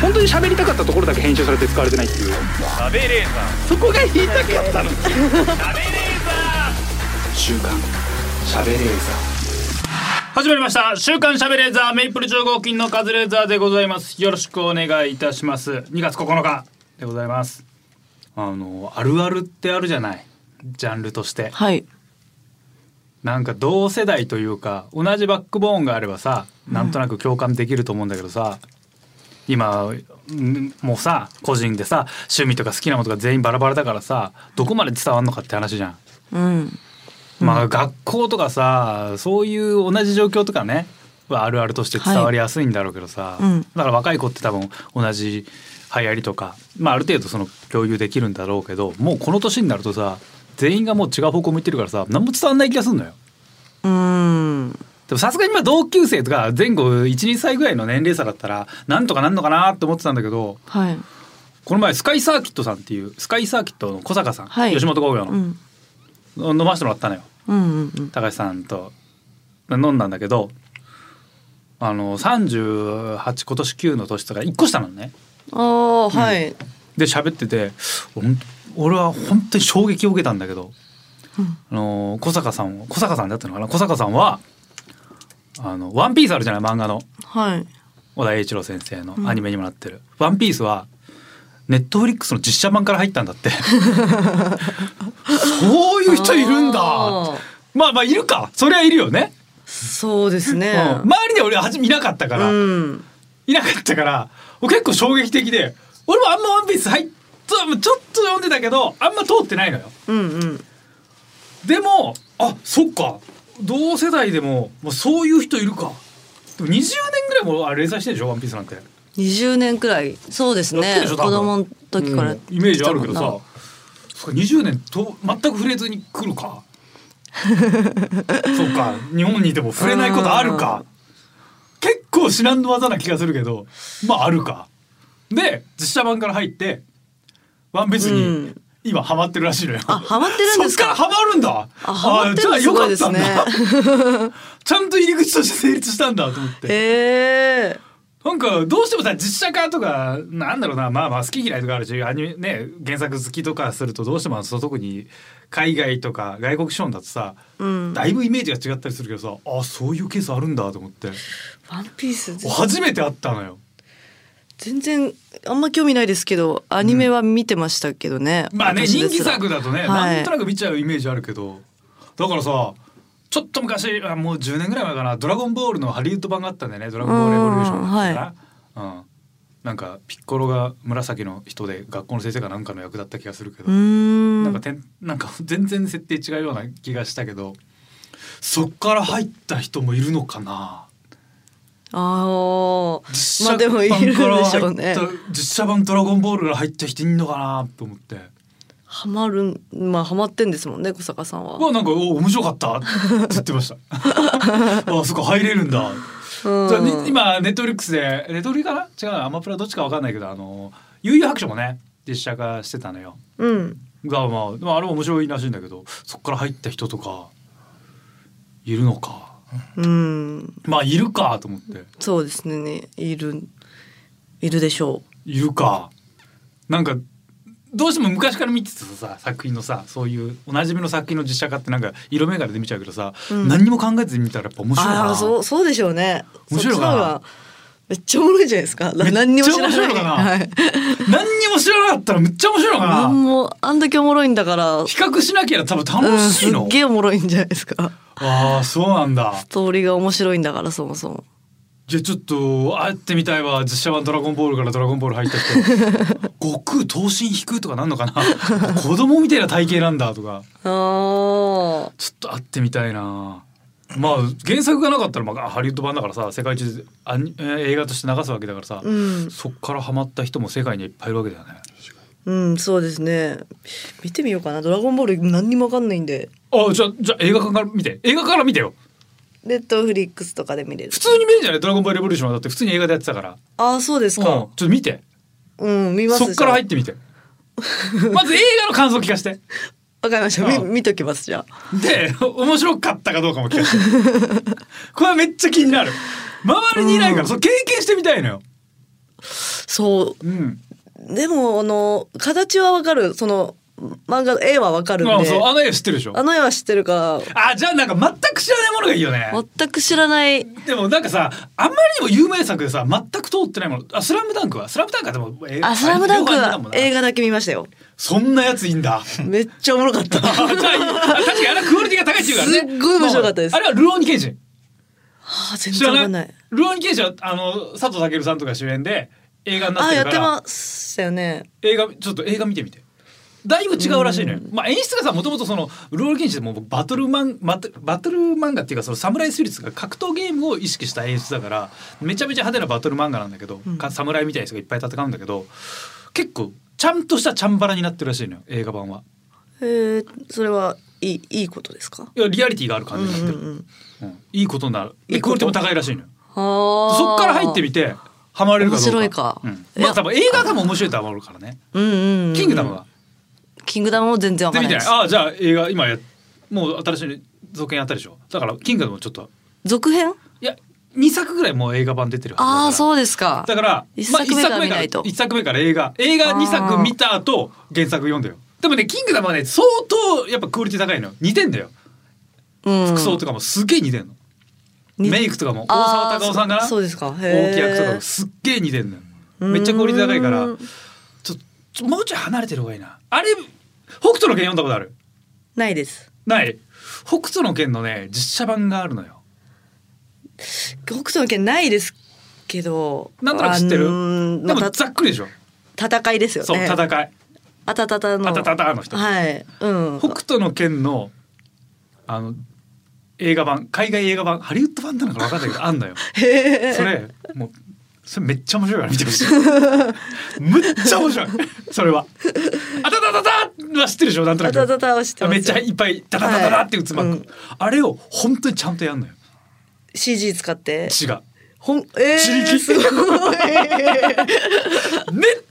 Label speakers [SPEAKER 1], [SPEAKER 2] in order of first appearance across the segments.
[SPEAKER 1] 本当に喋りたかったところだけ編集されて使われてないっていう
[SPEAKER 2] 食べれー
[SPEAKER 1] そこが言いたかったの週刊喋れー
[SPEAKER 2] 始まりました週刊しゃべレーザーメイプル超合金のカズレーザーでございますよろしくお願いいたします2月9日でございますあのあるあるってあるじゃないジャンルとして
[SPEAKER 3] はい。
[SPEAKER 2] なんか同世代というか同じバックボーンがあればさなんとなく共感できると思うんだけどさ、今んもうさ個人でさ趣味とか好きなものとか全員バラバラだからさどこまで伝わるのかって話じゃん。
[SPEAKER 3] うん。
[SPEAKER 2] まあ学校とかさそういう同じ状況とかねはあるあるとして伝わりやすいんだろうけどさ、
[SPEAKER 3] いうん
[SPEAKER 2] だから若い子って多分同じ流行りとか、まあ、ある程度その共有できるんだろうけどもうこの年になるとさ全員がもう違う方向向いてるからさ何も伝わんない気がするのよ。
[SPEAKER 3] うん。
[SPEAKER 2] でもさすがにまあ同級生とか前後12歳ぐらいの年齢差だったらなんとかなんのかなって思ってたんだけど
[SPEAKER 3] はい。
[SPEAKER 2] この前スカイサーキットさんっていうスカイサーキットの小坂さん、
[SPEAKER 3] はい
[SPEAKER 2] 吉本興業の、
[SPEAKER 3] うん。
[SPEAKER 2] 飲ませてもらったのよ。
[SPEAKER 3] うんうんうん。
[SPEAKER 2] 高橋さんと飲んだんだけどあの38今年9の年とか1個下なのね
[SPEAKER 3] ああ、はい。
[SPEAKER 2] で喋っててほん俺は本当に衝撃を受けたんだけど、
[SPEAKER 3] うん
[SPEAKER 2] あの小坂さんを小坂さんだったのかな小坂さんは「あのワンピースあるじゃない漫画の
[SPEAKER 3] はい。
[SPEAKER 2] 小田栄一郎先生の
[SPEAKER 3] うん
[SPEAKER 2] アニメにもなってる「ワンピースはネットフリックスの実写版から入ったんだって そういう人いるんだ
[SPEAKER 3] あー
[SPEAKER 2] まあまあいるかそりゃいるよね
[SPEAKER 3] そうですね。
[SPEAKER 2] うん周りで俺は初めいなかったから、
[SPEAKER 3] うん。
[SPEAKER 2] いなかったから結構衝撃的で俺もあんま「ワンピース入っちょっと読んでたけどあんま通ってないのよ
[SPEAKER 3] うんうん。
[SPEAKER 2] でもあそっか同世代でももうそういう人いるかでも20年ぐらいもあれ連載してるでしょ「ワンピースなんて
[SPEAKER 3] 20年くらい。そうです
[SPEAKER 2] やって
[SPEAKER 3] ね。
[SPEAKER 2] るでし
[SPEAKER 3] 子
[SPEAKER 2] ょ多分
[SPEAKER 3] 供の時から、
[SPEAKER 2] うんイメージあるけどさ。そっか20年と全く触れずに来る かそっか日本にいても触れないことあるか結構至難の技な気がするけどまああるかで実写版から入ってワンピース
[SPEAKER 3] う
[SPEAKER 2] に
[SPEAKER 3] ん
[SPEAKER 2] 今ハマってるらしいのよ、
[SPEAKER 3] あハマってるんですか
[SPEAKER 2] そっからハマるんだ
[SPEAKER 3] あ、ハマってるの
[SPEAKER 2] あじゃ
[SPEAKER 3] す
[SPEAKER 2] あよ
[SPEAKER 3] ご
[SPEAKER 2] か
[SPEAKER 3] い
[SPEAKER 2] っ
[SPEAKER 3] で
[SPEAKER 2] た
[SPEAKER 3] す
[SPEAKER 2] ん
[SPEAKER 3] ね。
[SPEAKER 2] だ ちゃんと入り口として成立したんだと思って
[SPEAKER 3] へえ。
[SPEAKER 2] なんかどうしてもさ実写化とかなんだろうなまあまあ好き嫌いとかあるしアニメね原作好きとかするとどうしてもそう特に海外とか外国資本だとさ、
[SPEAKER 3] うん。
[SPEAKER 2] だいぶイメージが違ったりするけどさあそういうケースあるんだと思って
[SPEAKER 3] ワンピース
[SPEAKER 2] 初めて会ったのよ。
[SPEAKER 3] 全然あんま興味ないですけど、アニメは見てましたけどね。
[SPEAKER 2] まあね
[SPEAKER 3] 私
[SPEAKER 2] 人
[SPEAKER 3] です
[SPEAKER 2] 気
[SPEAKER 3] ら
[SPEAKER 2] 作だとね、
[SPEAKER 3] はい
[SPEAKER 2] なんとなく見ちゃうイメージあるけどだからさちょっと昔あもう10年ぐらい前かな「ドラゴンボール」のハリウッド版があったんだよね「ドラゴンボールエボリューション」だったかな、うん、なんかピッコロが紫の人で学校の先生かなんかの役だった気がするけど、
[SPEAKER 3] うーん。
[SPEAKER 2] なんかてんなんか全然設定違うような気がしたけどそっから入った人もいるのかな
[SPEAKER 3] ああ。
[SPEAKER 2] 実
[SPEAKER 3] まあでもいるでしょうね
[SPEAKER 2] 版から入った実写版「ドラゴンボール」が入った人いんのかなと思って。
[SPEAKER 3] ハマるんまあハマってんですもんね小坂さんは。
[SPEAKER 2] わなんかお面白かったって言ってま した。あそこ入れるんだ。じゃあに今ネットフリックスでネットフリかな違うなアマプラどっちかわかんないけどあの悠々白書もね実写化してたのよ。
[SPEAKER 3] うん。
[SPEAKER 2] がまあまああれも面白いらしいんだけどそっから入った人とかいるのか。
[SPEAKER 3] うん。
[SPEAKER 2] まあいるかと思って
[SPEAKER 3] そうですね。いるいるでしょ
[SPEAKER 2] いるか。なんかどうしても昔から見てたさ作品のさそういうおなじみの作品の実写化ってなんか色眼鏡で見ちゃうけどさ、
[SPEAKER 3] うん
[SPEAKER 2] 何にも考えずに見たらやっぱ面
[SPEAKER 3] う。
[SPEAKER 2] 白いな
[SPEAKER 3] ああーそうそうでしょうね。
[SPEAKER 2] 面白いかな
[SPEAKER 3] そっちの方がめっちゃおもろいじゃないですか。
[SPEAKER 2] めっちゃ
[SPEAKER 3] 何にも知ら
[SPEAKER 2] 面
[SPEAKER 3] な
[SPEAKER 2] 白い
[SPEAKER 3] い。
[SPEAKER 2] のかな
[SPEAKER 3] はい。
[SPEAKER 2] 何にも知らなかったらめっちゃ面白いのか
[SPEAKER 3] な
[SPEAKER 2] なん
[SPEAKER 3] もあんだけおもろいんだから。
[SPEAKER 2] 比較しなきゃ多分
[SPEAKER 3] う
[SPEAKER 2] 楽
[SPEAKER 3] ん、
[SPEAKER 2] し
[SPEAKER 3] す
[SPEAKER 2] い
[SPEAKER 3] っ
[SPEAKER 2] の、
[SPEAKER 3] げえおもろいんじゃないですか。
[SPEAKER 2] ああそうなんだ
[SPEAKER 3] ストーリーが面白いんだからそもそも。
[SPEAKER 2] じゃあちょっと会ってみたいわ実写版「ドラゴンボール」から「ドラゴンボール」入った 人悟空刀身引くとかなんのかな子供みたいな体型なんだとか
[SPEAKER 3] ああ。
[SPEAKER 2] ちょっと会ってみたいなまあ原作がなかったら、まあ、ハリウッド版だからさ世界中でアニえー映画として流すわけだからさ、
[SPEAKER 3] うん。
[SPEAKER 2] そっからハマった人も世界にはいっぱいいるわけだよね
[SPEAKER 3] うん、そうですね。見てみようかな。ドラゴンボール何にもわかんないんで。
[SPEAKER 2] あじゃあじゃあ映画館から見て映画から見てよ
[SPEAKER 3] ネットフリックスとかで見れる
[SPEAKER 2] 普。通に見るんじゃないドラゴンボールレボリューションはだって普通に映画でやってたから
[SPEAKER 3] ああ、そうです
[SPEAKER 2] うん、ちょ
[SPEAKER 3] か
[SPEAKER 2] っ。と見て
[SPEAKER 3] うん、見ます。。
[SPEAKER 2] そっから入っててみてまず映画の感想聞かして
[SPEAKER 3] わかりました。
[SPEAKER 2] う
[SPEAKER 3] み
[SPEAKER 2] ん
[SPEAKER 3] 見ときますじゃあ。
[SPEAKER 2] で面白かったかどうかも聞か してこれはめっちゃ気になる周りにいないから、
[SPEAKER 3] うん
[SPEAKER 2] そう経験してみたいのよ
[SPEAKER 3] そ
[SPEAKER 2] うん。
[SPEAKER 3] うでもあの形はわかるその漫画の絵はわかるんで
[SPEAKER 2] あそうあの絵知ってるでしょ
[SPEAKER 3] あの絵は知ってるか
[SPEAKER 2] あじゃあなんか全く知らないものがいいよね
[SPEAKER 3] ら全く知らない
[SPEAKER 2] でもなんかさあんまりにも有名作でさ全く通ってないものあスラムダンクはスラムダンクはでも映
[SPEAKER 3] あ、スラムダンクは映
[SPEAKER 2] 画
[SPEAKER 3] 画だけ見ましたよ。
[SPEAKER 2] そんなやついいん だ
[SPEAKER 3] めっちゃおもろかった。
[SPEAKER 2] あじゃあいいあ確かにあれはクオリティが高いっていうからね
[SPEAKER 3] すっごい面白かったです
[SPEAKER 2] あれはルオーニケンジン
[SPEAKER 3] あ、 全
[SPEAKER 2] 知
[SPEAKER 3] 然わ
[SPEAKER 2] ら
[SPEAKER 3] かん
[SPEAKER 2] な
[SPEAKER 3] ないい。
[SPEAKER 2] ルオーニケンジンはあの佐藤健さんとか主演で映画になっ
[SPEAKER 3] あ、
[SPEAKER 2] て
[SPEAKER 3] や
[SPEAKER 2] る
[SPEAKER 3] っ
[SPEAKER 2] か
[SPEAKER 3] て
[SPEAKER 2] ら
[SPEAKER 3] ましたよね。
[SPEAKER 2] 映画ちょっと映画見てみてだいぶ違うらしいのよ、まあ、演出がさもともとそのルオーニケンジンってもうバトルマンバトバトル漫画っていうかそのサムライスピリッツが格闘ゲームを意識した演出だからめちゃめちゃ派手なバトル漫画なんだけど、
[SPEAKER 3] うん
[SPEAKER 2] か侍みたいな人がいっぱい戦うんだけど結構ちゃんとしたチャンバラになってるらしいのよ映画版は。
[SPEAKER 3] えー、それはいい、いいことですか。
[SPEAKER 2] いやリアリティがある
[SPEAKER 3] う
[SPEAKER 2] 感
[SPEAKER 3] ん
[SPEAKER 2] じにな
[SPEAKER 3] う
[SPEAKER 2] っ
[SPEAKER 3] ん
[SPEAKER 2] てる、
[SPEAKER 3] うん。
[SPEAKER 2] うんいいことになる
[SPEAKER 3] いい
[SPEAKER 2] でク
[SPEAKER 3] こ
[SPEAKER 2] オ
[SPEAKER 3] と
[SPEAKER 2] リティも高いらしいのよ
[SPEAKER 3] ああ。
[SPEAKER 2] そっから入ってみてハマれるかどうか
[SPEAKER 3] 面白いか
[SPEAKER 2] うん
[SPEAKER 3] いや
[SPEAKER 2] まあ多分映画多分面白いとは思うからね
[SPEAKER 3] うんうんう
[SPEAKER 2] 「
[SPEAKER 3] ん。
[SPEAKER 2] キングダムは」。
[SPEAKER 3] キングダムも全然わ
[SPEAKER 2] で
[SPEAKER 3] かん
[SPEAKER 2] 見
[SPEAKER 3] ない
[SPEAKER 2] て
[SPEAKER 3] で
[SPEAKER 2] ない
[SPEAKER 3] す。
[SPEAKER 2] ああじゃあ映画今やもう新しい続編やったでしょだから「キングダム」ちょっと
[SPEAKER 3] 続編。
[SPEAKER 2] いや2作ぐらいもう映画版出てるはずだから
[SPEAKER 3] ああ、そうですか。
[SPEAKER 2] だから
[SPEAKER 3] 一作目から見ないと
[SPEAKER 2] 1作目から映画映画2
[SPEAKER 3] あ
[SPEAKER 2] 作
[SPEAKER 3] ー
[SPEAKER 2] 見た後原作読んだよでもね「キングダム」はね相当やっぱクオリティ高いのよ似てんだよ
[SPEAKER 3] うん
[SPEAKER 2] 服装とかもすげえ似てんの、
[SPEAKER 3] に
[SPEAKER 2] メイクとかも大沢たかおさんが
[SPEAKER 3] あー
[SPEAKER 2] な
[SPEAKER 3] そそうですか。
[SPEAKER 2] 大
[SPEAKER 3] 大
[SPEAKER 2] きい役とかもすっげえ似てんのよめっちゃクオリティ高いからちょちょもうちょい離れてる方がいいなあれ北斗の拳読んだことある
[SPEAKER 3] ないです。
[SPEAKER 2] ない北斗の拳のね実写版があるのよ
[SPEAKER 3] 北斗の拳ないですけど。
[SPEAKER 2] なんとなく知ってる
[SPEAKER 3] あのー
[SPEAKER 2] で
[SPEAKER 3] ま
[SPEAKER 2] も
[SPEAKER 3] あ
[SPEAKER 2] ざ
[SPEAKER 3] た
[SPEAKER 2] っくりでしょ
[SPEAKER 3] 戦いですよね。
[SPEAKER 2] そう戦い
[SPEAKER 3] あたたたの。
[SPEAKER 2] あたたたの人
[SPEAKER 3] はい。うん。
[SPEAKER 2] 北斗の拳のあの映画版海外映画版ハリウッド版なのか分かんないけ どあんのよ
[SPEAKER 3] へ
[SPEAKER 2] そ
[SPEAKER 3] ー
[SPEAKER 2] れもうそれめっちゃ面白いから見て ほしいむっちゃ面白いそれはあたたたたは知ってるでしょなんとな
[SPEAKER 3] あ
[SPEAKER 2] く
[SPEAKER 3] たたたは知ってます
[SPEAKER 2] め
[SPEAKER 3] よ。
[SPEAKER 2] っちゃいっぱいダダダダダって打つマック、
[SPEAKER 3] はい
[SPEAKER 2] あれを本当にちゃんとやんのよ
[SPEAKER 3] CG 使って。
[SPEAKER 2] 血が
[SPEAKER 3] ほん、え
[SPEAKER 2] 自
[SPEAKER 3] ー、
[SPEAKER 2] 力
[SPEAKER 3] すごい。
[SPEAKER 2] めっ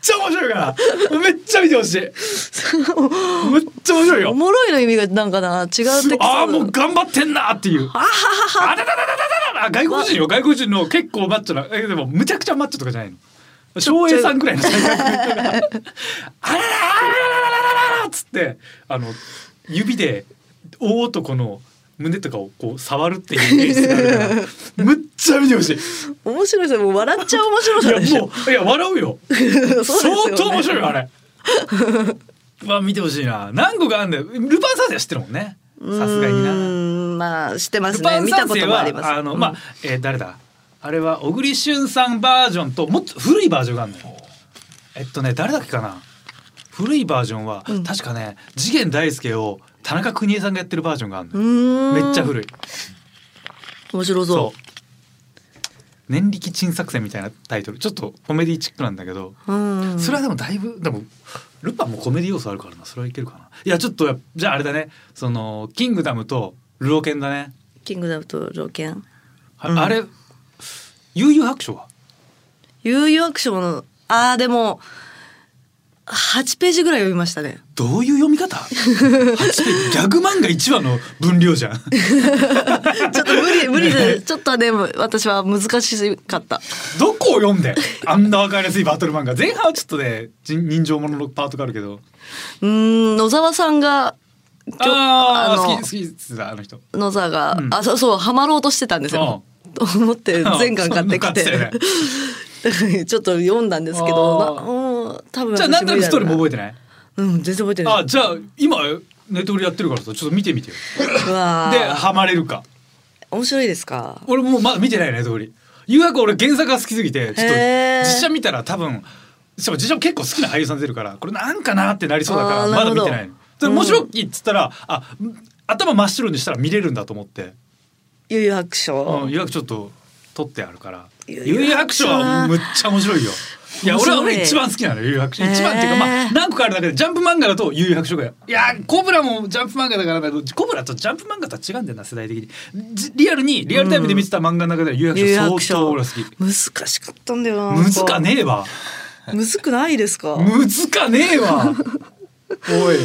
[SPEAKER 2] ちゃ面白いからめっちゃ見てほ しいめっちゃ面白い
[SPEAKER 3] お
[SPEAKER 2] よ
[SPEAKER 3] もろいの意味がなんかな、違うテキス
[SPEAKER 2] す
[SPEAKER 3] ト
[SPEAKER 2] ごい
[SPEAKER 3] だ。
[SPEAKER 2] ああもう頑張ってんなっていうあダダダダダダダダ外国人よ外国人の結構マッチョなえでもむちゃくちゃマッチョとかじゃないの翔平さんくらいの体格の人があらららららららららっつってあの指で大男の胸とかをこう触るっていう演出があるからむっちゃ見てほしい
[SPEAKER 3] 面白いですよ。もう笑っちゃう面白さで
[SPEAKER 2] い
[SPEAKER 3] し
[SPEAKER 2] や
[SPEAKER 3] ょ。
[SPEAKER 2] もういや笑うよ
[SPEAKER 3] そうですよね
[SPEAKER 2] 相当面白いよあれまあ見てほしいな何個かあんだよルパン三世は知ってるもんねさすがに
[SPEAKER 3] うー
[SPEAKER 2] なん
[SPEAKER 3] まあ、知ってま
[SPEAKER 2] ル
[SPEAKER 3] す
[SPEAKER 2] パ
[SPEAKER 3] ね。
[SPEAKER 2] ン
[SPEAKER 3] 見
[SPEAKER 2] 三
[SPEAKER 3] たこ
[SPEAKER 2] 世
[SPEAKER 3] とも
[SPEAKER 2] は
[SPEAKER 3] あります。
[SPEAKER 2] あの、まあ、えー誰だあれは小栗旬さんバージョンともっと古いバージョンがあるのよえっとね誰だっけかな古いバージョンは、
[SPEAKER 3] うん
[SPEAKER 2] 確かね次元大介を田中邦衛さんがやってるバージョンがある
[SPEAKER 3] う
[SPEAKER 2] のよ、
[SPEAKER 3] ーん。
[SPEAKER 2] めっちゃ
[SPEAKER 3] い。
[SPEAKER 2] 古い
[SPEAKER 3] 面白
[SPEAKER 2] そ
[SPEAKER 3] そう
[SPEAKER 2] 念力珍作戦みたいなタイトルちょっとコメディチックなんだけど
[SPEAKER 3] う。うん。
[SPEAKER 2] それはでもだいぶでもルパンもコメディ要素あるからなそれはいけるかないやちょっとやじゃああれだねその「キングダム」と「ルロケン」だね
[SPEAKER 3] キングダムと条件。
[SPEAKER 2] あ,、
[SPEAKER 3] うん
[SPEAKER 2] れ悠々白書は
[SPEAKER 3] 悠々アクションの、ああ、でも、8ページぐらい読みましたね。
[SPEAKER 2] どういう読み方初めギャグ漫画1話の分量じ ゃん
[SPEAKER 3] ちょっと 無理、無理で、ちょっとでも私は難しかった。
[SPEAKER 2] どこを読んであんな分かりやすいバトル漫画前半はちょっとねじ人情もののパートがあるけど
[SPEAKER 3] うーん野沢さんがちょ
[SPEAKER 2] ああ
[SPEAKER 3] の
[SPEAKER 2] 好き好きですあの人
[SPEAKER 3] 野沢が、
[SPEAKER 2] うん
[SPEAKER 3] あそうそうハマろうとしてたんですよ。と思って全巻買ってきて
[SPEAKER 2] うん買って
[SPEAKER 3] ちょっと読んだんですけど
[SPEAKER 2] あー
[SPEAKER 3] なうん多分
[SPEAKER 2] じゃあなんとなくストーリーも覚えてない
[SPEAKER 3] えうん全然覚えてない
[SPEAKER 2] あじゃあ今ネトフリやってるからさちょっと見てみてよ
[SPEAKER 3] うわ
[SPEAKER 2] で
[SPEAKER 3] ー
[SPEAKER 2] ハマれるか
[SPEAKER 3] 面白いですか
[SPEAKER 2] 俺もうまだ見てないね通り誘惑俺原作が好きすぎてちょっと
[SPEAKER 3] へー
[SPEAKER 2] 実写見たら多分しかも実写も結構好きな俳優さん出てるからこれなんかなってなりそうだから
[SPEAKER 3] あー
[SPEAKER 2] ま
[SPEAKER 3] な
[SPEAKER 2] だ
[SPEAKER 3] るほ
[SPEAKER 2] 見
[SPEAKER 3] ど
[SPEAKER 2] てないので面白いっつったら、あん頭真っ白にしたら見れるんだと思って
[SPEAKER 3] 悠々白書、
[SPEAKER 2] うん誘惑ちょっと取ってあるから
[SPEAKER 3] 誘
[SPEAKER 2] 誘惑白書はむっちゃ面白いよいや俺
[SPEAKER 3] 面白い
[SPEAKER 2] は俺一番好きなのよ誘惑書
[SPEAKER 3] へー
[SPEAKER 2] 一番っていうかまあ何個かあるだけでジャンプ漫画だと誘惑書がいやーコブラもジャンプ漫画だからだけどコブラとジャンプ漫画とは違うんだよな世代的にじリアルにリアルタイムで見てた漫画の中では誘
[SPEAKER 3] 悠々
[SPEAKER 2] 惑書
[SPEAKER 3] 白書
[SPEAKER 2] 相当俺は好き
[SPEAKER 3] 難しかったんだよな
[SPEAKER 2] むずかねえわ
[SPEAKER 3] むずくないですか
[SPEAKER 2] むずかねえわおい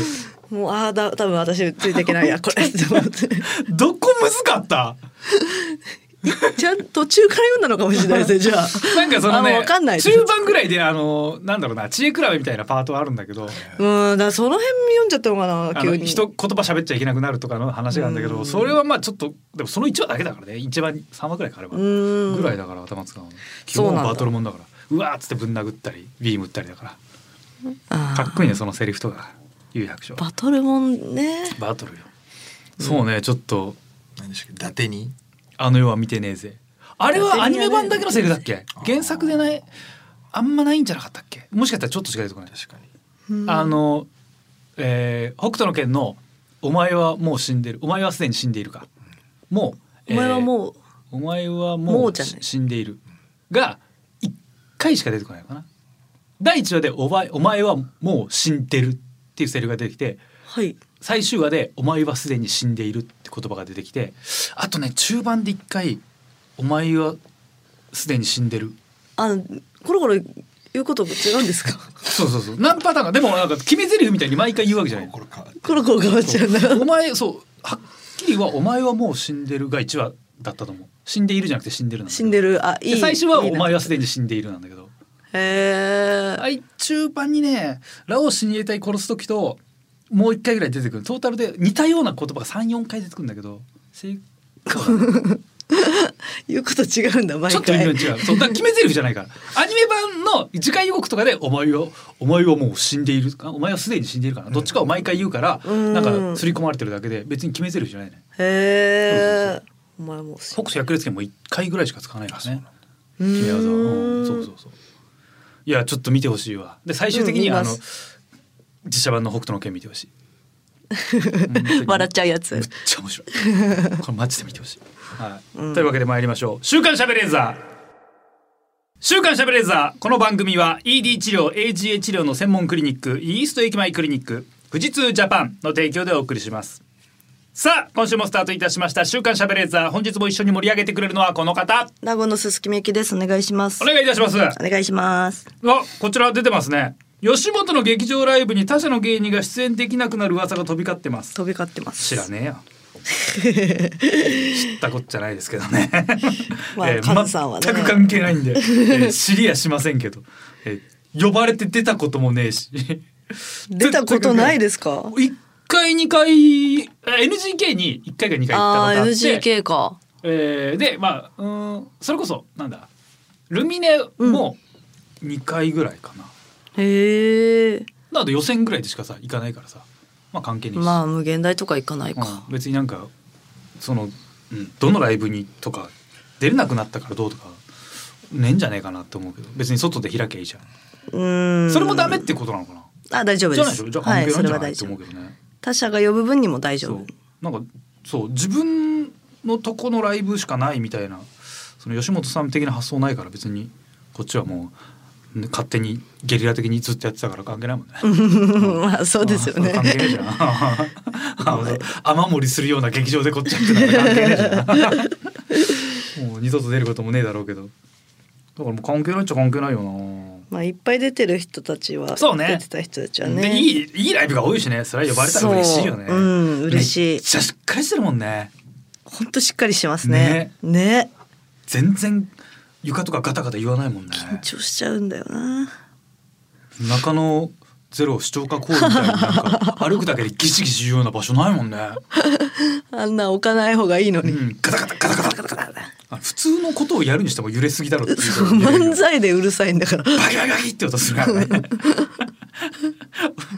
[SPEAKER 3] もうああだ 多分私ついていけないやこれって思って
[SPEAKER 2] どこむずかった
[SPEAKER 3] ちゃん途中から読んだのかもしれないで すねじゃあ
[SPEAKER 2] なんかその
[SPEAKER 3] あ
[SPEAKER 2] ね
[SPEAKER 3] わかんないです
[SPEAKER 2] 中盤ぐらいであのなんだろうな知恵比べみたいなパートはあるんだけど
[SPEAKER 3] うんだからその辺読んじゃったのかな
[SPEAKER 2] あの
[SPEAKER 3] 急に
[SPEAKER 2] 人言葉喋っちゃいけなくなるとかの話があるんだけ
[SPEAKER 3] う
[SPEAKER 2] ど
[SPEAKER 3] ん
[SPEAKER 2] それはまあちょっとでもその1話だけだからね1話3話ぐらいかあれば
[SPEAKER 3] うん
[SPEAKER 2] ぐらいだから頭使うの基
[SPEAKER 3] そう
[SPEAKER 2] 本
[SPEAKER 3] なんだ
[SPEAKER 2] はバトルもんだからうわーっつってぶん殴ったりビーム打ったりだか
[SPEAKER 3] あ
[SPEAKER 2] ら
[SPEAKER 3] ー
[SPEAKER 2] かっこいいねそのセリフとか有百姓
[SPEAKER 3] バトルもんね
[SPEAKER 2] バトルよそうねちょっと
[SPEAKER 4] 何でしたっけ伊達に
[SPEAKER 2] あの世は見てねえぜあれはアニメ版だけのセリフだっけ
[SPEAKER 4] あー
[SPEAKER 2] 原作でないあんまないんじゃなかったっけもしかしたらちょっとしか出てこない
[SPEAKER 4] 確かに
[SPEAKER 3] うん
[SPEAKER 2] あの、えー北斗の拳の「お前はもう死んでるお前はすでに死んでいるか」もう、
[SPEAKER 3] お前は
[SPEAKER 2] う
[SPEAKER 3] もう
[SPEAKER 2] 「お前は
[SPEAKER 3] も
[SPEAKER 2] も
[SPEAKER 3] う
[SPEAKER 2] う
[SPEAKER 3] じゃない
[SPEAKER 2] 死んでいる」が1回しか出てこないのかな第1話でお前「お前はもう死んでる」っていうセリフが出てきて
[SPEAKER 3] はい
[SPEAKER 2] 最終話で「お前はすでに死んでいる」って言葉が出てきてあとね中盤で1回「お前はすでに死んでる」
[SPEAKER 3] あのコロコロ言うこと違うんですか
[SPEAKER 2] そうそうそう何パターンかでもなんか決め台詞みたいに毎回言うわけじゃない
[SPEAKER 4] これか
[SPEAKER 3] コロコロ変わっちゃうな
[SPEAKER 2] お前そうはっきりは「お前はもう死んでる」が1話だったと思う死んでいるじゃなくて死んでるなんだけど
[SPEAKER 3] 死んでるあい
[SPEAKER 2] で
[SPEAKER 3] い
[SPEAKER 2] 最初はい「
[SPEAKER 3] い
[SPEAKER 2] お
[SPEAKER 3] な
[SPEAKER 2] 前はすでに死んでいる」なんだけど
[SPEAKER 3] へ
[SPEAKER 2] あい中盤にねラオスに得体殺す時ともう1回ぐらい出てくるトータルで似たような言葉が34回出てくるんだけど正解はね
[SPEAKER 3] え言うこと違うんだ毎
[SPEAKER 2] ちょっと微
[SPEAKER 3] 回
[SPEAKER 2] 妙に違うそうだから決め台詞じゃないからアニメ版の次回予告とかで「お前はお前はもう死んでいるかお前はすでに死んでいるかな」どっちかを毎回言うから
[SPEAKER 3] うん
[SPEAKER 2] なんか刷り込まれてるだけで別に決め台詞じゃないね
[SPEAKER 3] へえお前もう
[SPEAKER 2] 北斗百裂拳も一回ぐらいしか使わないからね。
[SPEAKER 3] うーん
[SPEAKER 2] 決め技はうんそうそうそう。いやちょっと見てほしいわ。で最終的に、
[SPEAKER 3] うん見
[SPEAKER 2] あ
[SPEAKER 3] ま
[SPEAKER 2] の実写版の北斗の拳見てほしい。
[SPEAKER 3] 笑
[SPEAKER 2] ゃ
[SPEAKER 3] っちゃうやつ
[SPEAKER 2] めっちゃ面 白い。これマジで見てほしい。はい。というわけで参りましょう。週刊しゃべレーザー。週刊しゃべレーザーこの番組は ED 治療 AGA 治療の専門クリニックイースト駅前クリニック富士通ジャパンの提供でお送りしますさあ今週もスタートいたしました週刊しゃべレーザー本日も一緒に盛り上げてくれるのはこの方
[SPEAKER 3] 名護のすすきみゆきですお願いします
[SPEAKER 2] お願いいたしますあ
[SPEAKER 3] お願いします
[SPEAKER 2] こちら出てますね吉本の劇場ライブに他社の芸人が出演できなくなる噂が飛び交ってます
[SPEAKER 3] 飛び交ってます
[SPEAKER 2] 知らねえ よ知ったこっちゃないですけどね、
[SPEAKER 3] まあ
[SPEAKER 2] えー
[SPEAKER 3] カズさんはね
[SPEAKER 2] 全く関係ないんで、えー知りやしませんけど、えー呼ばれて出たこともねえし
[SPEAKER 3] 出たことないですか
[SPEAKER 2] 1回2回あ NGK に1回か2回行ったこと
[SPEAKER 3] あ
[SPEAKER 2] あって
[SPEAKER 3] あ NGK か
[SPEAKER 2] えーでまあうーんそれこそなんだルミネも2回ぐらいかな、
[SPEAKER 3] へえ
[SPEAKER 2] なんで予選ぐらいでしかさ行かないからさまあ関係ないし、
[SPEAKER 3] まあ無限大とか行かないか
[SPEAKER 2] うん別になんかその、うん、どのライブにとか出れなくなったからどうとかねえんじゃねえかなって思うけど別に外で開きゃいいじゃん、
[SPEAKER 3] うーん
[SPEAKER 2] それもダメってことなのかな
[SPEAKER 3] あ大丈夫
[SPEAKER 2] じ
[SPEAKER 3] で
[SPEAKER 2] ゃないでし
[SPEAKER 3] す
[SPEAKER 2] ょじゃあ
[SPEAKER 3] は
[SPEAKER 2] 関
[SPEAKER 3] い
[SPEAKER 2] 係な
[SPEAKER 3] そ
[SPEAKER 2] いん
[SPEAKER 3] れ
[SPEAKER 2] じゃ
[SPEAKER 3] は
[SPEAKER 2] ない
[SPEAKER 3] 大
[SPEAKER 2] って
[SPEAKER 3] 丈
[SPEAKER 2] 思う
[SPEAKER 3] 夫
[SPEAKER 2] けどね、
[SPEAKER 3] 他者が呼ぶ分にも大丈
[SPEAKER 2] そう
[SPEAKER 3] 夫
[SPEAKER 2] なんかそう自分のとこのライブしかないみたいなその吉本さん的な発想ないから別にこっちはもうね勝手にゲリラ的にずっとやってたから関係ないもんね。
[SPEAKER 3] まあそうですよね
[SPEAKER 2] あ関係ないじゃんあの。雨漏りするような劇場でこっちやってたら関係ないじゃ ん。もう二度と出ることもねえだろうけど。だからもう関係ないっちゃ関係ないよな。
[SPEAKER 3] まあいっぱい出てる人たちは
[SPEAKER 2] そうね
[SPEAKER 3] 出てた人たちはね
[SPEAKER 2] でいいいいライブが多いしね。それは呼ばれたら嬉しいよね。
[SPEAKER 3] そううん嬉しい
[SPEAKER 2] めっちゃしっかりしてるもんね。
[SPEAKER 3] ほんとしっかりしてますねね
[SPEAKER 2] 全然床とかガタガタ言わないもんね
[SPEAKER 3] 緊張しちゃうんだよな
[SPEAKER 2] 中野ゼロ視聴覚ホールみたいになん か歩くだけでギシギシ言うような場所ないもんね、
[SPEAKER 3] あんな置かない方がいいの
[SPEAKER 2] う
[SPEAKER 3] に
[SPEAKER 2] ん、ガタガタガタガタガタガタあ普通のことをやるにしても揺れすぎだろってい
[SPEAKER 3] そう
[SPEAKER 2] うぐらい
[SPEAKER 3] 漫才でうるさいんだから
[SPEAKER 2] バキバキバキって音するから ね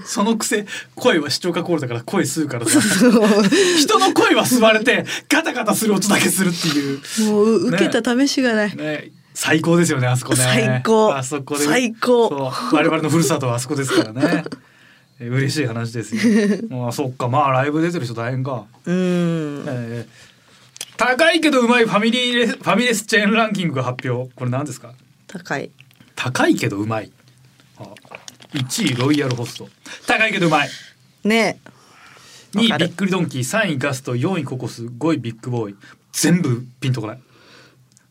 [SPEAKER 2] そのくせ声は視聴覚ホールだから声吸うからさ人の声は吸われてガタガタする音だけするっていう
[SPEAKER 3] もう受けた試しがない、
[SPEAKER 2] ね、最高ですよねあそこね
[SPEAKER 3] 最高
[SPEAKER 2] あそこで
[SPEAKER 3] 最高
[SPEAKER 2] そう我々の故郷はあそこですから ねえ嬉しい話ですよまあそっかまあライブ出てる人大変か、
[SPEAKER 3] うん
[SPEAKER 2] えー高いけどうまいファミリーレファミレスチェーンランキングが発表これ何ですか
[SPEAKER 3] 高い
[SPEAKER 2] 高いけどうまいあ1位ロイヤルホスト高いけどうまい
[SPEAKER 3] ね
[SPEAKER 2] 2位
[SPEAKER 3] わかる
[SPEAKER 2] びっくりドンキー3位ガスト4位ココス5位ビッグボーイ全部ピンとこない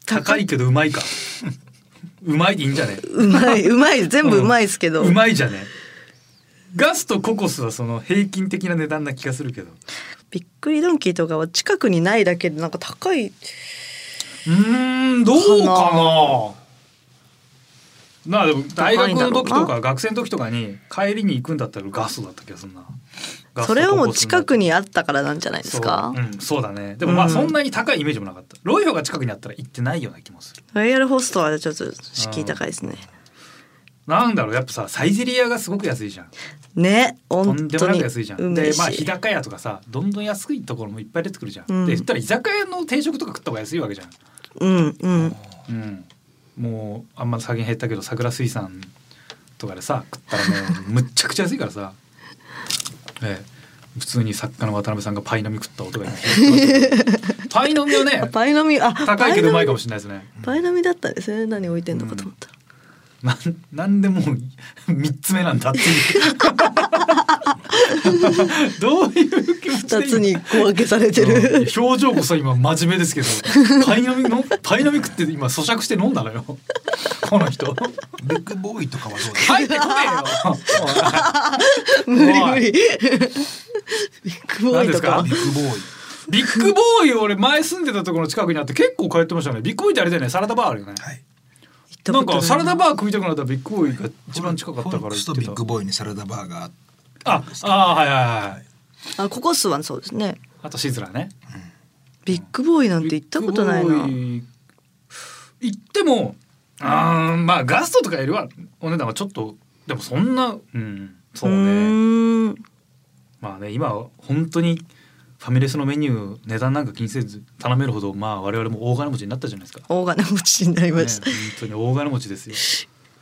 [SPEAKER 2] 高いけどうまいかうまいでいいんじゃね
[SPEAKER 3] うまいうまい全部うまいですけど、
[SPEAKER 2] うまいじゃねガスとココスはその平均的な値段な気がするけど
[SPEAKER 3] びっくりドンキーとかは近くにないだけでなんか高い
[SPEAKER 2] うーんどうかな。なあでも大学の時と
[SPEAKER 3] 高いんだろう
[SPEAKER 2] か学生の時とかに帰りに行くんだったらガストだった気がするな。ガスト
[SPEAKER 3] それはもう近く
[SPEAKER 2] に
[SPEAKER 3] にあったからなんじゃないですか
[SPEAKER 2] そう,、うん、そうだね。でもまあ
[SPEAKER 3] うん
[SPEAKER 2] そんなに高いイメージもなかった。ロイホが近くにあったら行ってないような気もする。
[SPEAKER 3] ロイヤルホストはちょっと敷居高いですね
[SPEAKER 2] なんだろうやっぱさサイゼリアがすごく安いじゃん。
[SPEAKER 3] ね
[SPEAKER 2] と
[SPEAKER 3] 本
[SPEAKER 2] んでも
[SPEAKER 3] 当
[SPEAKER 2] な
[SPEAKER 3] に
[SPEAKER 2] く安いじゃ。
[SPEAKER 3] うんめえ
[SPEAKER 2] で
[SPEAKER 3] し
[SPEAKER 2] まあ日高屋とかさどんどん安いところもいっぱい出てくるじゃん。
[SPEAKER 3] うん
[SPEAKER 2] で言ったら居酒屋の定食とか食った方が安いわけじゃん。
[SPEAKER 3] うんうん
[SPEAKER 2] うん、もうあんま先に減ったけど桜水産とかでさ食ったらもうむっちゃくちゃ安いからさ、ええ、普通に作家の渡辺さんがパイの実食った音 が今聞こえてますパイの実はね
[SPEAKER 3] パイの実あ
[SPEAKER 2] 高いけどうまいか
[SPEAKER 3] も
[SPEAKER 2] もしれないですね
[SPEAKER 3] パイの実だったんですね何置いてんのかと思った、
[SPEAKER 2] なんなんでもう3つ目なんだっていうどういう気持ちで
[SPEAKER 3] 二つに小分けされて
[SPEAKER 2] うん
[SPEAKER 3] る
[SPEAKER 2] 表情こそ今真面目ですけどパイの実のパイの実食って今咀嚼して飲んだのよこの人。
[SPEAKER 4] ビッグボーイとかはどうですか
[SPEAKER 2] 入ってこね
[SPEAKER 3] 無理無理ビッグボーイとか
[SPEAKER 2] 何
[SPEAKER 4] ビ
[SPEAKER 2] で
[SPEAKER 4] ッグボーイ
[SPEAKER 2] えよビッグボーイ俺前住んでたところの近くにあって結構通ってましたねビッグボーイってあれだよねサラダバーあるよね、
[SPEAKER 4] はい
[SPEAKER 3] 行った
[SPEAKER 2] な
[SPEAKER 3] こ
[SPEAKER 2] ん
[SPEAKER 3] とい
[SPEAKER 2] かサラダバー食いたくなったらビッグボーイが一番近かったから
[SPEAKER 4] フォ
[SPEAKER 2] 行
[SPEAKER 4] ルクスと
[SPEAKER 2] っ
[SPEAKER 4] ビッグ
[SPEAKER 2] て
[SPEAKER 4] ボーイにサラダバーガー
[SPEAKER 2] たああーはいはいはい
[SPEAKER 3] あココスはそうですね
[SPEAKER 2] あとシズラね
[SPEAKER 3] ビッグボーイなんて行ったことない
[SPEAKER 2] ビッ
[SPEAKER 3] な
[SPEAKER 2] グボーイ行ってもあーまあガストとかよりはお値段はちょっとでもそんなうんそうね
[SPEAKER 3] うーん
[SPEAKER 2] まあね今は本当にファミレスのメニュー値段なんか気にせず頼めるほどまあ我々も大金持ちになったじゃないですか。ね、
[SPEAKER 3] 大金持ちになりま
[SPEAKER 2] 本
[SPEAKER 3] した、
[SPEAKER 2] 当に大金持ちですよ。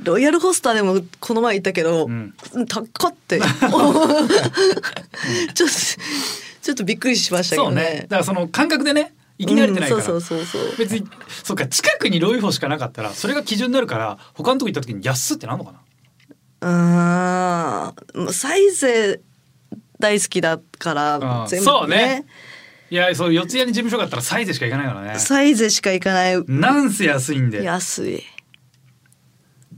[SPEAKER 3] ロイヤルホスターでもこの前行ったけど、
[SPEAKER 2] うん
[SPEAKER 3] 高って ちょっとちょっとびっくりしましたけ
[SPEAKER 2] そ
[SPEAKER 3] ど
[SPEAKER 2] うね。
[SPEAKER 3] ね
[SPEAKER 2] だからその感覚でね、生き慣れてないから。
[SPEAKER 3] うんそうそうそうそう
[SPEAKER 2] 別にそっか近くにロイホしかなかったらそれが基準になるから他のとこ行った時に安っってなんのかな。
[SPEAKER 3] うーんもうサイゼ大好きだか
[SPEAKER 2] う
[SPEAKER 3] ら
[SPEAKER 2] ん
[SPEAKER 3] 全部
[SPEAKER 2] そう
[SPEAKER 3] ね
[SPEAKER 2] ねいやそう四ツ谷に事務所があったらサイズしか行かないからね。
[SPEAKER 3] サイゼしか行かない
[SPEAKER 2] なんせ安いんで
[SPEAKER 3] 安い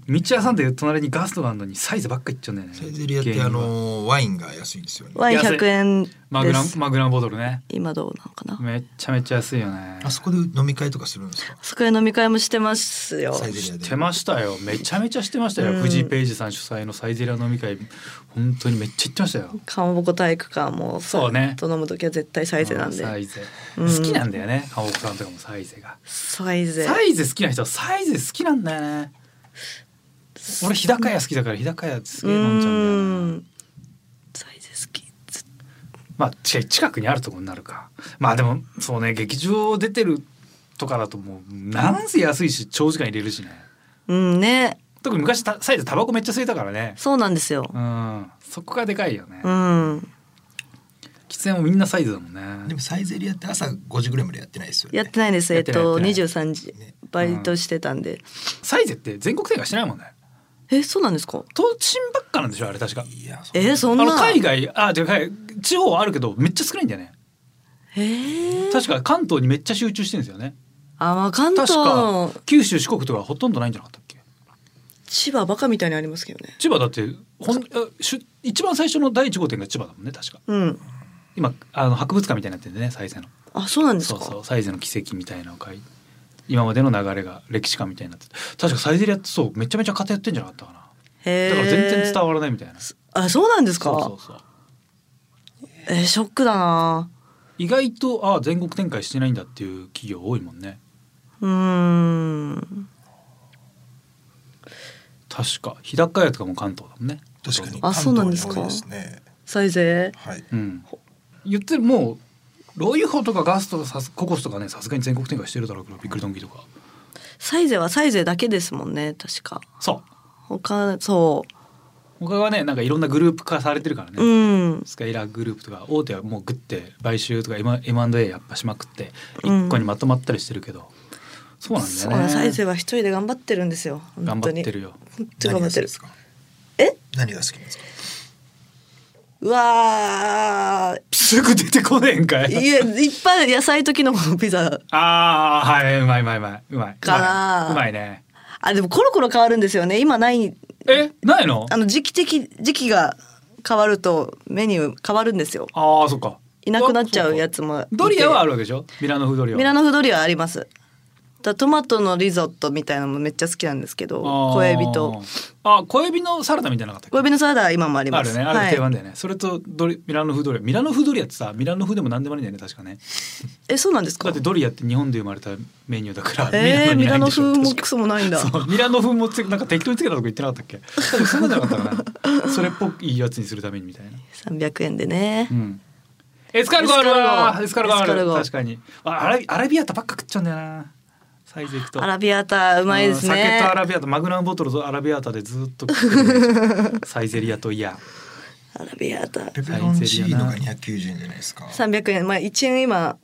[SPEAKER 2] 道挟んで隣にガストがあるのにサイズばっか行っちゃうんだよね。
[SPEAKER 4] サイゼリアって
[SPEAKER 2] 芸人は
[SPEAKER 4] あのワインが安いんですよね
[SPEAKER 3] ワイン
[SPEAKER 2] 安い
[SPEAKER 3] 100円で
[SPEAKER 2] マグラン
[SPEAKER 3] す
[SPEAKER 2] マグランボトルね。
[SPEAKER 3] 今どうなのかな
[SPEAKER 2] めっちゃめちゃ安いよね。
[SPEAKER 4] あそこで飲み会とかするんですか
[SPEAKER 3] そこで飲み会もしてますよ
[SPEAKER 4] サイゼリア
[SPEAKER 2] して
[SPEAKER 4] で
[SPEAKER 2] ましたよめちゃめちゃしてましたよ、
[SPEAKER 3] うん
[SPEAKER 2] 藤井ページさん主催のサイゼリア飲み会本当にめっちゃ行ってましたよ
[SPEAKER 3] かまぼこ体育館も
[SPEAKER 2] そうね
[SPEAKER 3] と飲む時は絶対サイゼなんで
[SPEAKER 2] サイゼ
[SPEAKER 3] うん
[SPEAKER 2] 好きなんだよね青木さんとかもサイゼが
[SPEAKER 3] サイゼ
[SPEAKER 2] サイゼ好きな人はサイゼ好きなんだよね俺日高屋好きだから日高屋すげえ飲んじゃうんだよね
[SPEAKER 3] んサイゼ好き
[SPEAKER 2] まあ近い近くにあるところになるかまあでもそうね劇場出てるとかだともうなんせ安いし長時間入れるしね
[SPEAKER 3] うんね
[SPEAKER 2] 特に昔たサイゼタバコめっちゃ吸えたからね
[SPEAKER 3] そうなんですよ
[SPEAKER 2] うんそこがでかいよね、
[SPEAKER 3] うん
[SPEAKER 2] 喫煙もみんなサイズだもんね
[SPEAKER 4] でもサイゼリアって朝5時ぐらいまでやってないですよね
[SPEAKER 3] やってないですえ
[SPEAKER 2] や
[SPEAKER 3] っ
[SPEAKER 2] ってないやっ
[SPEAKER 3] と
[SPEAKER 2] てない
[SPEAKER 3] 23時
[SPEAKER 4] ね
[SPEAKER 3] バイトしてたんで
[SPEAKER 2] サイゼって全国展開してないもんね
[SPEAKER 3] えそうなんですか
[SPEAKER 2] 都心ばっかなんでしょあれ確か
[SPEAKER 4] いやそ
[SPEAKER 3] え
[SPEAKER 4] う
[SPEAKER 3] ーそ
[SPEAKER 2] あ
[SPEAKER 3] んな
[SPEAKER 2] の海外あ違う海地方はあるけどめっちゃ少ないんだよね
[SPEAKER 3] えー
[SPEAKER 2] 確か関東にめっちゃ集中してるんですよね
[SPEAKER 3] あまあ関
[SPEAKER 2] 確か
[SPEAKER 3] 東
[SPEAKER 2] 九州四国とかほとんどないんじゃなかったっけ
[SPEAKER 3] 千葉バカみたいにありますけどね
[SPEAKER 2] 千葉だってほんあしゅ一番最初の第1号店が千葉だもんね確か
[SPEAKER 3] うん
[SPEAKER 2] 今あの博物館みたいになってるんでねサイゼの
[SPEAKER 3] あそうなんです
[SPEAKER 2] そ
[SPEAKER 3] か
[SPEAKER 2] うそうサイゼの奇跡みたいなのを書い今までの流れが歴史館みたいになってて確かサイゼリアってそうめちゃめちゃ偏ってんじゃなかったかな
[SPEAKER 3] へ
[SPEAKER 2] だ
[SPEAKER 3] え
[SPEAKER 2] から全然伝わらないみたいな
[SPEAKER 3] あそうなんですか
[SPEAKER 2] そうそうそう
[SPEAKER 3] えーショックだな
[SPEAKER 2] 意外とあ全国展開してないんだっていう企業多いもんね
[SPEAKER 3] うーん
[SPEAKER 2] 確か日高屋とかも関東だもんね
[SPEAKER 4] 確かに
[SPEAKER 3] あそうなんですか
[SPEAKER 4] 関東に多いですね
[SPEAKER 3] サイゼ
[SPEAKER 4] はい
[SPEAKER 2] うん言ってるもうロイホとかガストとかさすココスとかねさすがに全国展開してるだろうけどびっくりドンキーとか
[SPEAKER 3] サイゼはサイゼだけですもんね確か
[SPEAKER 2] そう
[SPEAKER 3] 他そ
[SPEAKER 2] 他はねなんかいろんなグループ化されてるからね、
[SPEAKER 3] ううん
[SPEAKER 2] スカイラーグループとか大手はもうグッて買収とか M- M&A やっぱしまくって
[SPEAKER 3] うん
[SPEAKER 2] 一個にまとまったりしてるけど、そうなんだ
[SPEAKER 3] そ
[SPEAKER 2] よ
[SPEAKER 3] う
[SPEAKER 2] ね
[SPEAKER 3] サイゼは一人で頑張ってるんですよ
[SPEAKER 2] 頑
[SPEAKER 3] 本当
[SPEAKER 2] 張っ
[SPEAKER 3] に
[SPEAKER 2] てるよ
[SPEAKER 3] 本当に頑張ってる
[SPEAKER 4] 何が好きです
[SPEAKER 3] え
[SPEAKER 4] か何が好きなんですか
[SPEAKER 3] うわ
[SPEAKER 2] すぐ出てこねえんか
[SPEAKER 3] ー
[SPEAKER 2] い
[SPEAKER 3] いやいっぱい野菜とキノコのピザ
[SPEAKER 2] ああはいうまいうまいうまいうまい
[SPEAKER 3] かな
[SPEAKER 2] うまいね
[SPEAKER 3] あでもコロコロ変わるんですよね今ない
[SPEAKER 2] えないの
[SPEAKER 3] あの時期的時期が変わるとメニュー変わるんですよ
[SPEAKER 2] ああそっか
[SPEAKER 3] いなくなっちゃうや
[SPEAKER 2] つ
[SPEAKER 3] つもいて
[SPEAKER 2] ドリアはあるわけでしょミラノ風ドリア
[SPEAKER 3] ミラノフドリアはありますだトマトのリゾットみたいなのもめっちゃ好きなんですけど
[SPEAKER 2] あー
[SPEAKER 3] 小エビと
[SPEAKER 2] あ小エビのサラダみたいなのなかった
[SPEAKER 3] 小
[SPEAKER 2] っ
[SPEAKER 3] エビのサラダは今もあり
[SPEAKER 2] けあ
[SPEAKER 3] ま
[SPEAKER 2] る
[SPEAKER 3] す
[SPEAKER 2] ねあ
[SPEAKER 3] は
[SPEAKER 2] れ
[SPEAKER 3] い
[SPEAKER 2] 定番だよね、それとドリミラノ風ドリアミラノ風ドリアってさミラノ風でも何でもありだよね確かね
[SPEAKER 3] えそうなんです
[SPEAKER 2] だ
[SPEAKER 3] か
[SPEAKER 2] ってドリアって日本で生まれたメニューだから、
[SPEAKER 3] えー、ミラノ風も
[SPEAKER 2] く
[SPEAKER 3] クソもないんだ
[SPEAKER 2] そうミラノ風もつなんか適当につけたとこ言ってなかったっけ多分そんなんじゃなかったか なそれっぽくいいやつにするためにみたいな
[SPEAKER 3] 300円でね
[SPEAKER 2] うんエスカルゴあるわエ
[SPEAKER 3] エ
[SPEAKER 2] ス
[SPEAKER 3] ス
[SPEAKER 2] カ
[SPEAKER 3] カ
[SPEAKER 2] ル
[SPEAKER 3] ル
[SPEAKER 2] ゴ
[SPEAKER 3] ゴ
[SPEAKER 2] あ
[SPEAKER 3] エスカ
[SPEAKER 2] る
[SPEAKER 3] ルゴ
[SPEAKER 2] 確かにあアラビアラビアータばっか食っちゃうんだよなサイズいくと
[SPEAKER 3] アラビアータうまいです
[SPEAKER 2] うん
[SPEAKER 3] ね
[SPEAKER 2] 酒とアラビアータマグナムボトルとアラビアータでずっと食って るサイゼリアといや
[SPEAKER 3] アラビアータ
[SPEAKER 4] ペペロンチーノが290円じゃないですか。
[SPEAKER 3] 300円まあ1円今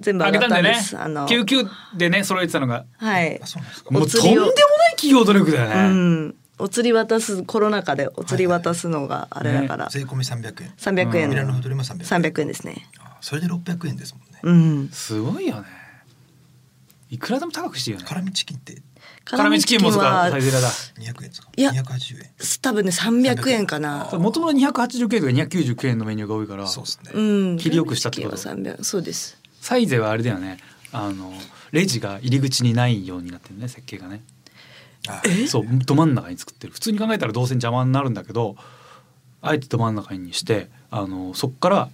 [SPEAKER 3] 全部
[SPEAKER 2] あ
[SPEAKER 3] 上
[SPEAKER 2] げ
[SPEAKER 3] が
[SPEAKER 2] た
[SPEAKER 3] っ
[SPEAKER 2] んだよ
[SPEAKER 3] たんで
[SPEAKER 2] ね
[SPEAKER 3] すあの
[SPEAKER 2] 救急でね揃えてたのが
[SPEAKER 3] はい
[SPEAKER 4] あ、そうなんですか。
[SPEAKER 2] もうとん
[SPEAKER 3] 釣
[SPEAKER 2] で
[SPEAKER 3] り
[SPEAKER 2] も
[SPEAKER 3] を
[SPEAKER 2] ない企業努力だよね、
[SPEAKER 3] うんお釣り渡すコロナ禍でお釣り渡すのがあれだから、
[SPEAKER 4] 税込み300円。
[SPEAKER 3] 300円
[SPEAKER 4] ミラノ
[SPEAKER 3] の
[SPEAKER 4] フドリも300円。
[SPEAKER 3] 300円ですね
[SPEAKER 4] あそれで600円ですもんね。
[SPEAKER 3] うん
[SPEAKER 2] すごいよねいくらでも高くしていいよね
[SPEAKER 4] 辛味チキンって
[SPEAKER 2] 辛味チキンもそうかサイゼリアだ
[SPEAKER 4] 200円ですか。
[SPEAKER 3] いや
[SPEAKER 4] 280円。
[SPEAKER 3] 多分ね300円かな
[SPEAKER 2] もともと289円とか299円のメニューが多いから
[SPEAKER 4] そうですね。
[SPEAKER 3] うん
[SPEAKER 2] 切りよくしたってこと
[SPEAKER 3] 辛味チキンは300そうです
[SPEAKER 2] サイゼはあれだよねあのレジが入り口にないようになってるね設計がね
[SPEAKER 4] あ
[SPEAKER 2] そうど真ん中に作ってる普通に考えたら動線邪魔になるんだけどあえてど真ん中にしてあのそっから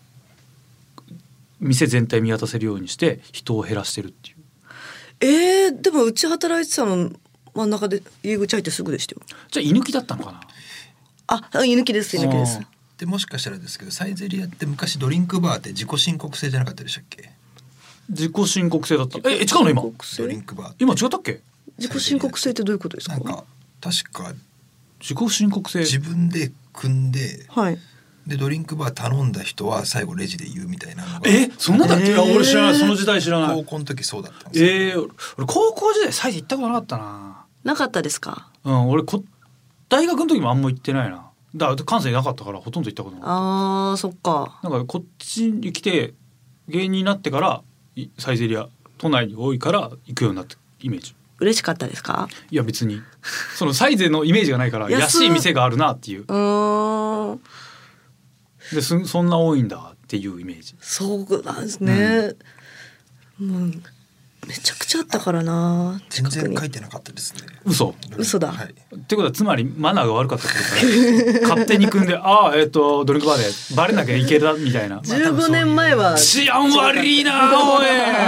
[SPEAKER 2] 店全体見渡せるようにして人を減らしてるっていう
[SPEAKER 3] えー、でもうち働いてたの真ん中で入り口入ってすぐでしたよ
[SPEAKER 2] じゃあ居抜きだったのかな
[SPEAKER 3] あ居抜きです居抜きです
[SPEAKER 4] でもしかしたらですけどサイゼリアって昔ドリンクバーって自己申告制じゃなかったでしたっけ
[SPEAKER 2] 自己申告制だったええ違うの今
[SPEAKER 3] 申告
[SPEAKER 4] ドリン
[SPEAKER 3] 制
[SPEAKER 4] クバーって
[SPEAKER 2] 今違ったっけ
[SPEAKER 3] 自己申告制ってどういうことですか
[SPEAKER 4] なんか確か
[SPEAKER 2] 自己申告制
[SPEAKER 4] 自分で組んで
[SPEAKER 3] はい
[SPEAKER 4] でドリンクバー頼んだ人は最後レジで言うみたいなのが
[SPEAKER 2] えそんなだっけ、
[SPEAKER 3] えー
[SPEAKER 2] いや俺知らないその時代知らない
[SPEAKER 4] 高校の時そうだったんですよ
[SPEAKER 2] えー、俺高校時代サイズ行ったことなかったな
[SPEAKER 3] なかったですか
[SPEAKER 2] うん俺こ大学の時もあんま行ってないなだ関西いなかったからほとんど行ったことなかっ
[SPEAKER 3] あーそっか
[SPEAKER 2] たなんかこっちに来て芸人になってからいサイゼリア都内に多いから行くようになったイメージ
[SPEAKER 3] 嬉しかったですか
[SPEAKER 2] いや別にそのサイゼのイメージがないから
[SPEAKER 3] 安っ
[SPEAKER 2] 安い店があるなっていう
[SPEAKER 3] うーん
[SPEAKER 2] ですそんな多いんだっていうイメージ
[SPEAKER 3] そうなんですね、もうめちゃくちゃあったからな
[SPEAKER 4] 全
[SPEAKER 3] 近く
[SPEAKER 4] 然
[SPEAKER 3] に
[SPEAKER 4] 書いてなかったですね
[SPEAKER 2] 嘘
[SPEAKER 3] 嘘だ
[SPEAKER 4] はい、
[SPEAKER 2] ってことはつまりマナーが悪かったってことだね勝手に組んでああえっ、とドリンクバーでバレなきゃいけたみたい な
[SPEAKER 3] 15年前は
[SPEAKER 2] 治安悪いなお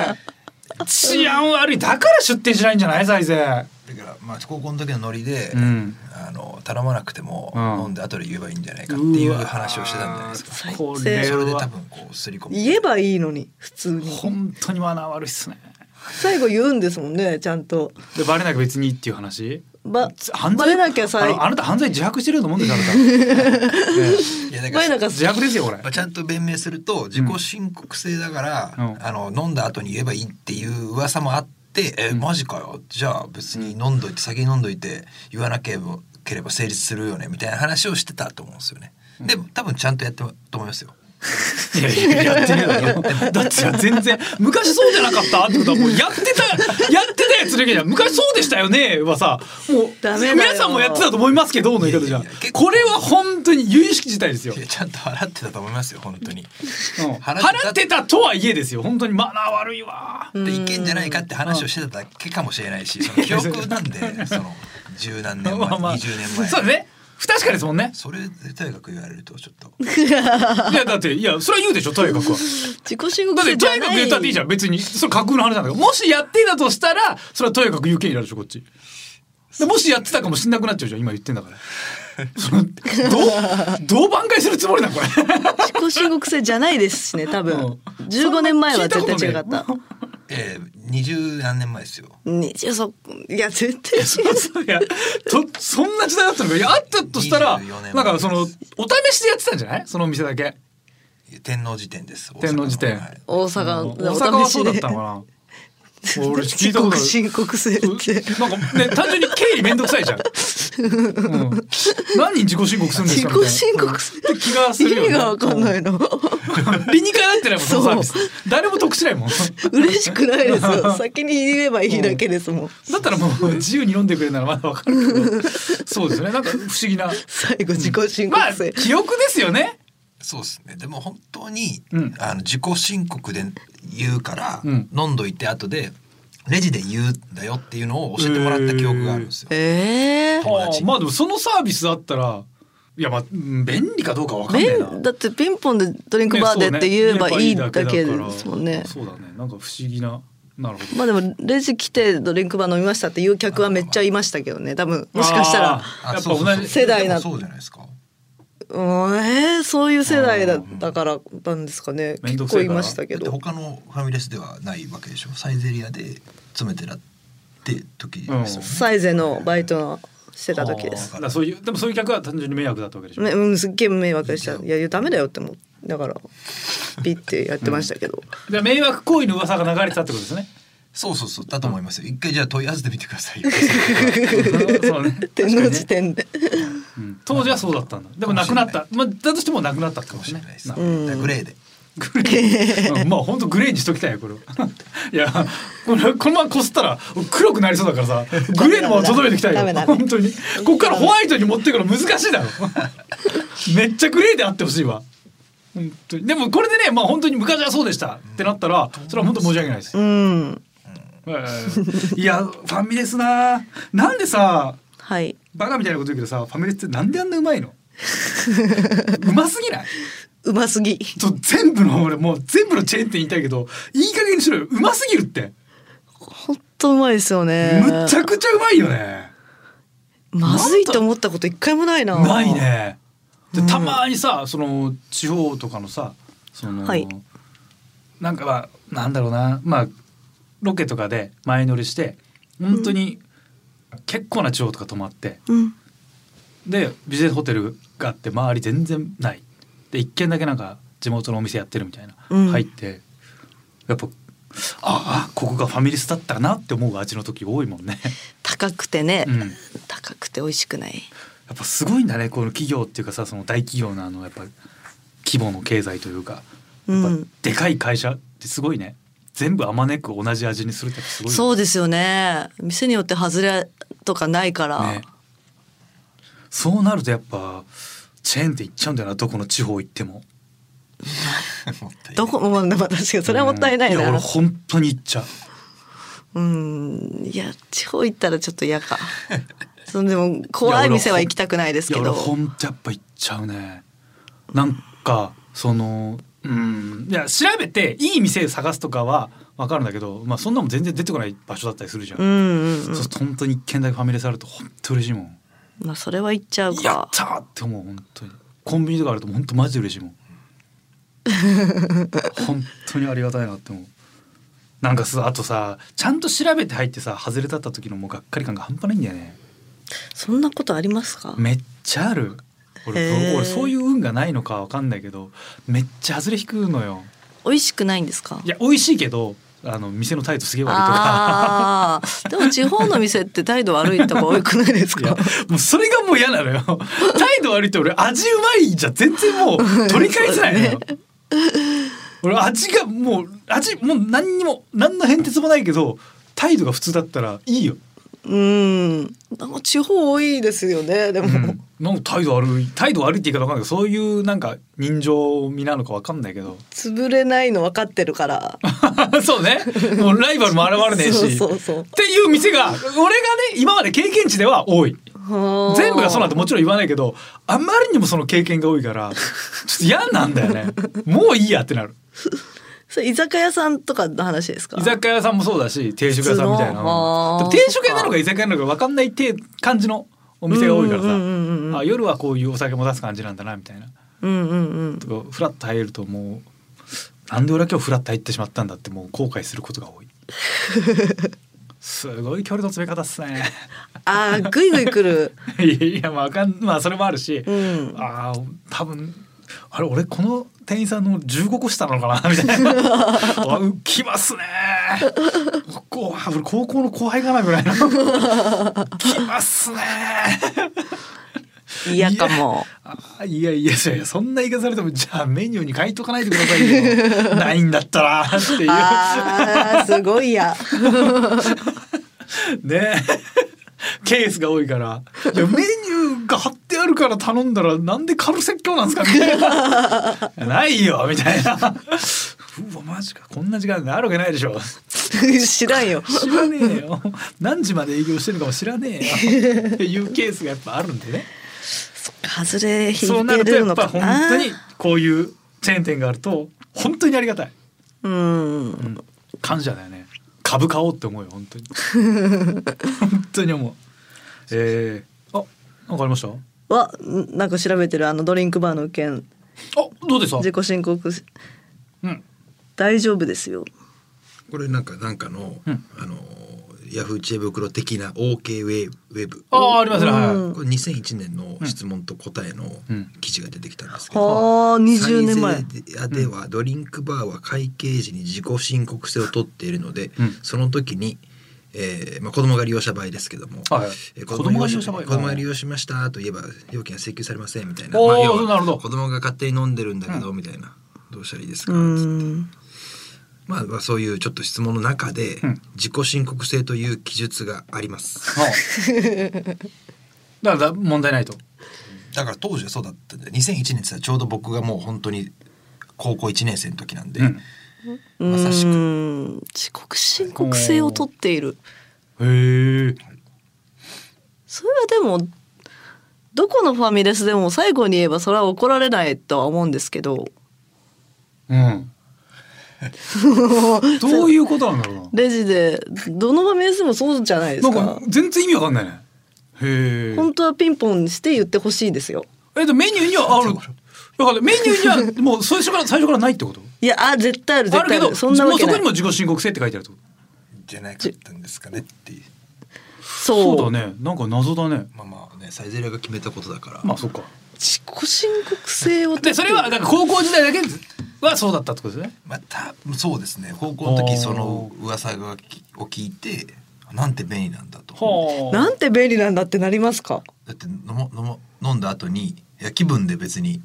[SPEAKER 2] い治安悪いだから出店しないんじゃない財政
[SPEAKER 4] だからまあ高校の時のノリで、
[SPEAKER 2] うん
[SPEAKER 4] あの頼まなくても、
[SPEAKER 2] うん
[SPEAKER 4] 飲んで後で言えばいいんじゃないかっていう話をしてたんじゃないですか
[SPEAKER 3] か
[SPEAKER 2] こ
[SPEAKER 3] うわー
[SPEAKER 2] れ
[SPEAKER 4] それで多
[SPEAKER 2] は
[SPEAKER 4] 分こうすり込む
[SPEAKER 3] 言えばいいのに普通に
[SPEAKER 2] 本当にマナー悪いっすね
[SPEAKER 3] 最後言うんですもんねちゃんと
[SPEAKER 2] でバレなきゃ別にいいっていう話
[SPEAKER 3] ば
[SPEAKER 2] 犯罪
[SPEAKER 3] バレなきゃ
[SPEAKER 2] あ
[SPEAKER 3] さ
[SPEAKER 2] のあなた犯罪自白してるようなもんですあなた ね
[SPEAKER 4] いやだ
[SPEAKER 3] バレなきゃ
[SPEAKER 2] 自白ですよこれ
[SPEAKER 4] まあ、ちゃんと弁明すると自己申告制だから、
[SPEAKER 2] うん
[SPEAKER 4] あの飲んだ後に言えばいいっていう噂もあって、えマジかよじゃあ別に飲んどいて先に飲んどいて言わなければければ成立するよねみたいな話をしてたと思うんですよね。で多分ちゃんとやってたと思いますよ。
[SPEAKER 2] いやいややってねえだろだってさ全然昔そうじゃなかったってことはもうやってたやってたやつだけじゃん昔そうでしたよねはさもう
[SPEAKER 3] ダメだよ
[SPEAKER 2] 皆さんもやってたと思いますけどの言い方じゃん
[SPEAKER 4] いやいや結構
[SPEAKER 2] これは本当に由々しき事態ですよ
[SPEAKER 4] いやちゃんと払ってたと思いますよ本当に。
[SPEAKER 2] うん
[SPEAKER 4] 払ってた
[SPEAKER 2] 払ってたとはいえですよ本当にマナー悪いわ
[SPEAKER 4] でいけんじゃないかって話をしてただけかもしれないしその記憶なんでその十何年前、20年前
[SPEAKER 2] そうだね不確かですもんね
[SPEAKER 4] それでとにかく言われるとちょっと
[SPEAKER 2] いやだっていやそれは言うでしょとにかくは
[SPEAKER 3] 自己申告
[SPEAKER 2] だって
[SPEAKER 3] 制じ
[SPEAKER 2] と
[SPEAKER 3] ゃ
[SPEAKER 2] にかく
[SPEAKER 3] な
[SPEAKER 2] 言
[SPEAKER 3] い
[SPEAKER 2] ったっていいじゃん別にそれ架空の話なんだからもしやってたとしたらそれはとにかく言う権利あるでしょこっちでもしやってたかもしんなくなっちゃうじゃん今言ってんだからそ のどうどう挽回するつもりなんこれ
[SPEAKER 3] 自己申告制じゃないですし ね多分
[SPEAKER 2] うん
[SPEAKER 3] 15年前は絶対違かっ
[SPEAKER 2] そんな
[SPEAKER 3] た
[SPEAKER 2] 聞い
[SPEAKER 4] えー二十、何年前ですよ。
[SPEAKER 3] にそいや絶対違う
[SPEAKER 2] いやとそんな時代だったのかいやあったとしたら
[SPEAKER 4] 24年前
[SPEAKER 2] なんかそのお試しでやってたんじゃないそのお店だけ
[SPEAKER 4] 天皇辞典です。
[SPEAKER 2] 天皇辞典
[SPEAKER 4] 大阪のはい
[SPEAKER 3] 大
[SPEAKER 2] あ
[SPEAKER 3] 阪
[SPEAKER 2] の大阪
[SPEAKER 3] お
[SPEAKER 2] はそうだったの
[SPEAKER 3] 試
[SPEAKER 2] かな俺聞い
[SPEAKER 3] した
[SPEAKER 2] こと
[SPEAKER 3] で
[SPEAKER 2] ある
[SPEAKER 3] 自己申告制っ
[SPEAKER 2] そう
[SPEAKER 3] て
[SPEAKER 2] なんかね単純に経理めんどくさい じゃん、うん、何人自己申告するんです
[SPEAKER 3] 自
[SPEAKER 2] か
[SPEAKER 3] 己申告制
[SPEAKER 2] みたいな気がする
[SPEAKER 3] 意
[SPEAKER 2] よ、ね、
[SPEAKER 3] 味がわかんないの
[SPEAKER 2] 理にかなってないもんそのサービ
[SPEAKER 3] そ
[SPEAKER 2] ス誰も得しないもん だ
[SPEAKER 3] 嬉しくないで すよ先に言えばいいだけですもん
[SPEAKER 2] ったらもう自由に飲んでくれるならまだわかるけどそうですねなんか不思議 な
[SPEAKER 3] 最後自己申
[SPEAKER 2] まあ
[SPEAKER 3] 告制、
[SPEAKER 2] 記憶ですよね
[SPEAKER 4] そうですね。でも本当に、
[SPEAKER 2] うん
[SPEAKER 4] あの自己申告で言うから、
[SPEAKER 2] うん
[SPEAKER 4] 飲んどいて後で。レジで言うんだよっていうのを教えてもらった記憶があるんですよ。
[SPEAKER 3] ええ
[SPEAKER 4] 友達
[SPEAKER 2] あーまあでもそのサービスあったらいやまあうん便利かどうかわかんないな
[SPEAKER 3] 便だってピンポンでドリンクバーでって言えばいいだけ
[SPEAKER 2] ねそうね言えばいいだから
[SPEAKER 3] ですもんね。
[SPEAKER 2] そうだねなんか不思議ななるほど
[SPEAKER 3] まあでもレジ来てドリンクバー飲みましたっていう客はめっちゃいましたけどね多分もしかしたら
[SPEAKER 2] あーやっぱ
[SPEAKER 4] そうそうそう
[SPEAKER 2] 同じ
[SPEAKER 3] 世代な
[SPEAKER 4] でもそうじゃないですか。
[SPEAKER 3] うんえー、そういう世代だったからなんですかね
[SPEAKER 2] めん
[SPEAKER 3] 結
[SPEAKER 2] どくせ
[SPEAKER 3] 構
[SPEAKER 2] え
[SPEAKER 3] い
[SPEAKER 2] から
[SPEAKER 3] ましたけ
[SPEAKER 4] だって
[SPEAKER 3] ど
[SPEAKER 4] 他のファミレスではないわけでしょ。サイゼリアで詰めてらって時ですよね。
[SPEAKER 2] うん
[SPEAKER 3] サイゼのバイトのしてた時で
[SPEAKER 2] あー
[SPEAKER 3] す
[SPEAKER 2] だからそういうでもそういう客は単純に迷惑だったわけでしょ、
[SPEAKER 3] めうんすっげえ迷惑でしたいやダメだよってもうだからピッてやってました けど、
[SPEAKER 2] じゃあ迷惑行為の噂が流れてたってことです ね
[SPEAKER 4] そうそうそうだと思いますよ。一回じゃあ問い合わせてみてくださ いよ。
[SPEAKER 2] そうね確か
[SPEAKER 3] 天
[SPEAKER 2] に
[SPEAKER 3] の
[SPEAKER 2] ね
[SPEAKER 3] 時点で、
[SPEAKER 2] うん当時はそうだったんだでもなくなったまあだとしてもなくなったって
[SPEAKER 4] か
[SPEAKER 2] こ
[SPEAKER 4] も
[SPEAKER 2] と
[SPEAKER 4] しれ
[SPEAKER 2] ね
[SPEAKER 4] ないです。
[SPEAKER 2] な
[SPEAKER 4] だ
[SPEAKER 2] る
[SPEAKER 4] か
[SPEAKER 2] ほど
[SPEAKER 4] らグレーで。
[SPEAKER 2] グレーうんまあ本当グレーにしときたいよこれを いやこれこのままこすったら黒くなりそうだからさグレーのままとどめてきたい
[SPEAKER 3] ダメ
[SPEAKER 2] よ
[SPEAKER 3] だね
[SPEAKER 2] 本当にこっからホワイトに持っていくの難し いだろめっちゃグレーであってほしいわ本当にでもこれでねまあ本当に昔はそうでしたってなったらそれは本当申し訳ないです
[SPEAKER 3] うん
[SPEAKER 2] ええいやファミレスななんでさ
[SPEAKER 3] はい
[SPEAKER 2] バカみたいなこと言うけどさファミレスってなんであんなうまいの うますぎないう
[SPEAKER 3] ますぎ
[SPEAKER 2] と全部の俺もう全部のチェーン店言いたいけどいい加減にしろようますぎるって
[SPEAKER 3] ほんとうまいですよね
[SPEAKER 2] むちゃくちゃうまいよね
[SPEAKER 3] まずいと思ったこと一回もないな
[SPEAKER 2] ないねでたまにさその地方とかのさその、
[SPEAKER 3] はい
[SPEAKER 2] なんかまあなんだろうなまあロケとかで前乗りして本当に結構な地方とか泊まって、
[SPEAKER 3] うん
[SPEAKER 2] でビジネスホテルがあって周り全然ないで一軒だけなんか地元のお店やってるみたいな、
[SPEAKER 3] うん
[SPEAKER 2] 入ってやっぱああここがファミレスだったらなって思う味の時多いもん ね、
[SPEAKER 3] 高くてね、
[SPEAKER 2] うん、や
[SPEAKER 3] 高くて美味しくない
[SPEAKER 2] っぱすごいんだねこの企業っていうかさその大企業のあのやっぱ規模の経済というか
[SPEAKER 3] う
[SPEAKER 2] やっぱ
[SPEAKER 3] ん
[SPEAKER 2] でかい会社ってすごいね全部あまねく同じ味にするってやっぱすごいよね
[SPEAKER 3] そうですよね店によって外れとかないから、
[SPEAKER 2] ねそうなるとやっぱチェーンって行っちゃうんだよなどこの地方行っても。
[SPEAKER 4] もったいない
[SPEAKER 3] どこもまあ確かにそれはもったいない
[SPEAKER 2] うんや
[SPEAKER 3] な
[SPEAKER 2] 俺本当に行っちゃう
[SPEAKER 3] うんいや地方行ったらちょっと嫌 かそのでも怖い店は行きたくないですけ
[SPEAKER 2] いや
[SPEAKER 3] ど
[SPEAKER 2] 俺本当やっぱ行っちゃうねなんかそのうんいや調べていい店探すとかは分かるんだけど、まあ、そんなもん全然出てこない場所だったりするじゃん、
[SPEAKER 3] うんうんうん
[SPEAKER 2] そうすると本当に一軒だけファミレスあると本当嬉しいもん
[SPEAKER 3] まあそれは行っちゃう
[SPEAKER 2] やっ
[SPEAKER 3] か
[SPEAKER 2] たーって思う本当にコンビニとかあると本当マジで嬉しいもん本当にありがたいなって思うなんかさあとさちゃんと調べて入ってさ外れだった時のもうがっかり感が半端ないんだよね
[SPEAKER 3] そんなことありますか
[SPEAKER 2] めっちゃある
[SPEAKER 3] へ
[SPEAKER 2] 俺
[SPEAKER 3] ー
[SPEAKER 2] 俺そういう運がないのかわかんないけどめっちゃ外れ引くのよ
[SPEAKER 3] 美味しくないんですか
[SPEAKER 2] いや美味しいけどあの店の態度すげえ悪いとか
[SPEAKER 3] ああでも地方の店って態度悪いとこ多くないで す
[SPEAKER 2] いや
[SPEAKER 3] か
[SPEAKER 2] もうそれがもう嫌なのよ態度悪いって俺味うまいじゃ全然もう取り返せないのよ、俺味がもう味もう何にも何の変哲もないけど態度が普通だったらいいよ、
[SPEAKER 3] うんなんか地方多いですよねでも、
[SPEAKER 2] うん、なんか態度悪い態度悪いって言い方わかんないけどそういうなんか人情味なのかわかんないけど
[SPEAKER 3] 潰れないの分かってるから
[SPEAKER 2] そうね。もうライバルも現れねえし。
[SPEAKER 3] そうそうそう
[SPEAKER 2] っていう店が、俺がね、今まで経験値では多い。 全
[SPEAKER 3] 全
[SPEAKER 2] 部がそうなんてもちろん言わないけど、あまりにもその経験が多いから、ちょっと嫌なんだよね。もういいやってなる。
[SPEAKER 3] それ居酒屋さんとかの話ですか
[SPEAKER 2] 居酒屋さんもそうだし、定食屋さんみたいな。
[SPEAKER 3] 普通のあー
[SPEAKER 2] でも定食屋なのか居酒屋なのか分かんないて感じのお店が多いから
[SPEAKER 3] うんうんうんうん
[SPEAKER 2] さ、あ夜はこういうお酒も出す感じなんだなみたいな。
[SPEAKER 3] うんうんうん
[SPEAKER 2] とかフラッと入るともうなんで俺は今日フラッと入ってしまったんだってもう後悔することが 多いすごい距離の詰め方っすね
[SPEAKER 3] ああぐいぐい来る
[SPEAKER 2] いやまあわかんまあそれもあるし、
[SPEAKER 3] うん
[SPEAKER 2] ああ多分あれ俺この店員さんの15個下なのかなみ た いなわうきますねこう俺高校の後輩かなぐ らいのきますね
[SPEAKER 3] 嫌かも
[SPEAKER 2] あーいやいやいやいやそんな言い方されてもじゃあメニューに書いとかないでくださいよないんだったらっていう
[SPEAKER 3] あーすごいや
[SPEAKER 2] ねケースが多いからいやメニューが貼ってあるから頼んだらなんでカル説教なんですかみたいなないよみたいなうわマジかこんな時間になるわけないでしょ
[SPEAKER 3] 知らんよ。
[SPEAKER 2] 知らねえよ何時まで営業してるのかも知らねえよっていうケースがやっぱあるんでね
[SPEAKER 3] 外れ引
[SPEAKER 2] そうないると
[SPEAKER 3] て
[SPEAKER 2] や
[SPEAKER 3] る
[SPEAKER 2] っ
[SPEAKER 3] の
[SPEAKER 2] ぱ
[SPEAKER 3] か
[SPEAKER 2] 本
[SPEAKER 3] な。
[SPEAKER 2] 当にこういうチェーン店があると本当にありがたい、
[SPEAKER 3] うん。
[SPEAKER 2] うん、感謝だよね株買おうって思うよ本 当に本当に思うえー、あなんかありましたあ
[SPEAKER 3] はなんか調べてるあのドリンクバーの件
[SPEAKER 2] どうでした
[SPEAKER 3] 自己申告し
[SPEAKER 2] うん
[SPEAKER 3] 大丈夫ですよ。
[SPEAKER 4] これなんかなんかの、
[SPEAKER 2] うん
[SPEAKER 4] あのヤフー知恵袋的な OK ウェウェブ
[SPEAKER 2] ああありますね、はい
[SPEAKER 3] うん
[SPEAKER 4] これ2001年の質問と答えの
[SPEAKER 2] うん
[SPEAKER 4] 記事が出てきたんですけど、
[SPEAKER 3] はあ20年
[SPEAKER 4] サ
[SPEAKER 3] 前
[SPEAKER 4] イ。ゼリヤではドリンクバーは会計時に自己申告制を取っているので、
[SPEAKER 2] うん
[SPEAKER 4] その時に、えーまあ、子供が利用した場合ですけども、
[SPEAKER 2] はい
[SPEAKER 4] えー
[SPEAKER 2] 子供が利用した場合
[SPEAKER 4] 子供が利用しましたと言えば料金は請求されませんみたいな,、
[SPEAKER 2] おー
[SPEAKER 4] まあ、要は
[SPEAKER 2] なるほど
[SPEAKER 4] 子供が勝手に飲んでるんだけど、みたいなどうしたらいいですか、
[SPEAKER 3] うん。
[SPEAKER 4] まあ、まあそういうちょっと質問の中で、
[SPEAKER 2] うん
[SPEAKER 4] 自己申告制という記述があります
[SPEAKER 2] ああだから問題ないと
[SPEAKER 4] だから当時はそうだったんで2001年ってちょうど僕がもう本当に高校1年生の時なんで、
[SPEAKER 2] うん
[SPEAKER 3] う
[SPEAKER 4] まさしく
[SPEAKER 3] ん。遅刻申告制を取っている。
[SPEAKER 2] へえ
[SPEAKER 3] それはでもどこのファミレスでも最後に言えばそれは怒られないとは思うんですけど
[SPEAKER 2] うんどういうことなんだろうな
[SPEAKER 3] レジでどのファミレスでもそうじゃないですか
[SPEAKER 2] なんか全然意味わかんないね。へえ。
[SPEAKER 3] 本当はピンポンして言ってほしいですよ
[SPEAKER 2] えっとメニューにはある。だからメニューに はもう最初から最初からないってこと。
[SPEAKER 3] いやあ絶対ある
[SPEAKER 2] あ
[SPEAKER 3] 絶
[SPEAKER 2] るけ
[SPEAKER 3] 対あ
[SPEAKER 2] ど、
[SPEAKER 3] るそんな
[SPEAKER 2] も
[SPEAKER 3] わ
[SPEAKER 2] う
[SPEAKER 3] け
[SPEAKER 2] そ
[SPEAKER 3] な
[SPEAKER 2] こ
[SPEAKER 3] い
[SPEAKER 2] にも自己申告制って書いてあるってこと。
[SPEAKER 4] じゃなかったんですかねっていう。
[SPEAKER 3] そう
[SPEAKER 2] そうだね。なんか謎だね。
[SPEAKER 4] まあまあねサイゼリヤが決めたことだから、
[SPEAKER 2] まあそっか。
[SPEAKER 3] 自己申告制を取って
[SPEAKER 2] でそれはなんか高校時代だけはそうだったってことですね。
[SPEAKER 4] またそうですね高校の
[SPEAKER 2] あ
[SPEAKER 4] 時
[SPEAKER 2] ー
[SPEAKER 4] その噂がきを聞いてなんて便利なんだと
[SPEAKER 2] はあ。
[SPEAKER 3] なんて便利なんだってなりますか
[SPEAKER 4] だって飲も飲も飲んだ後にいや気分で別に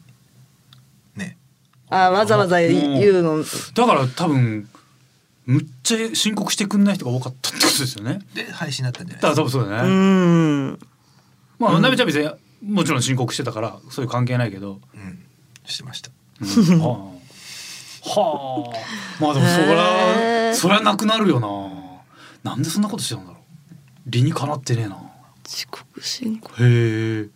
[SPEAKER 4] ね
[SPEAKER 3] あわざわざ言うの
[SPEAKER 2] だから多分むっちゃ申告してくんない人が多かったってことですよね。
[SPEAKER 4] で配信だったんじゃ
[SPEAKER 2] だ
[SPEAKER 4] な
[SPEAKER 2] から多
[SPEAKER 4] い
[SPEAKER 2] 分そうだ
[SPEAKER 3] う
[SPEAKER 2] ね。
[SPEAKER 3] ん
[SPEAKER 2] まあなべちゃんは別にもちろん申告してたからそういう関係ないけど。
[SPEAKER 4] うんしてました
[SPEAKER 2] うんはあ、はあ、まあでもそり
[SPEAKER 3] へー
[SPEAKER 2] ゃそりゃなくなるよななんでそんなことしてたんだろう理にかなってねえな
[SPEAKER 3] 自己申告
[SPEAKER 2] へえ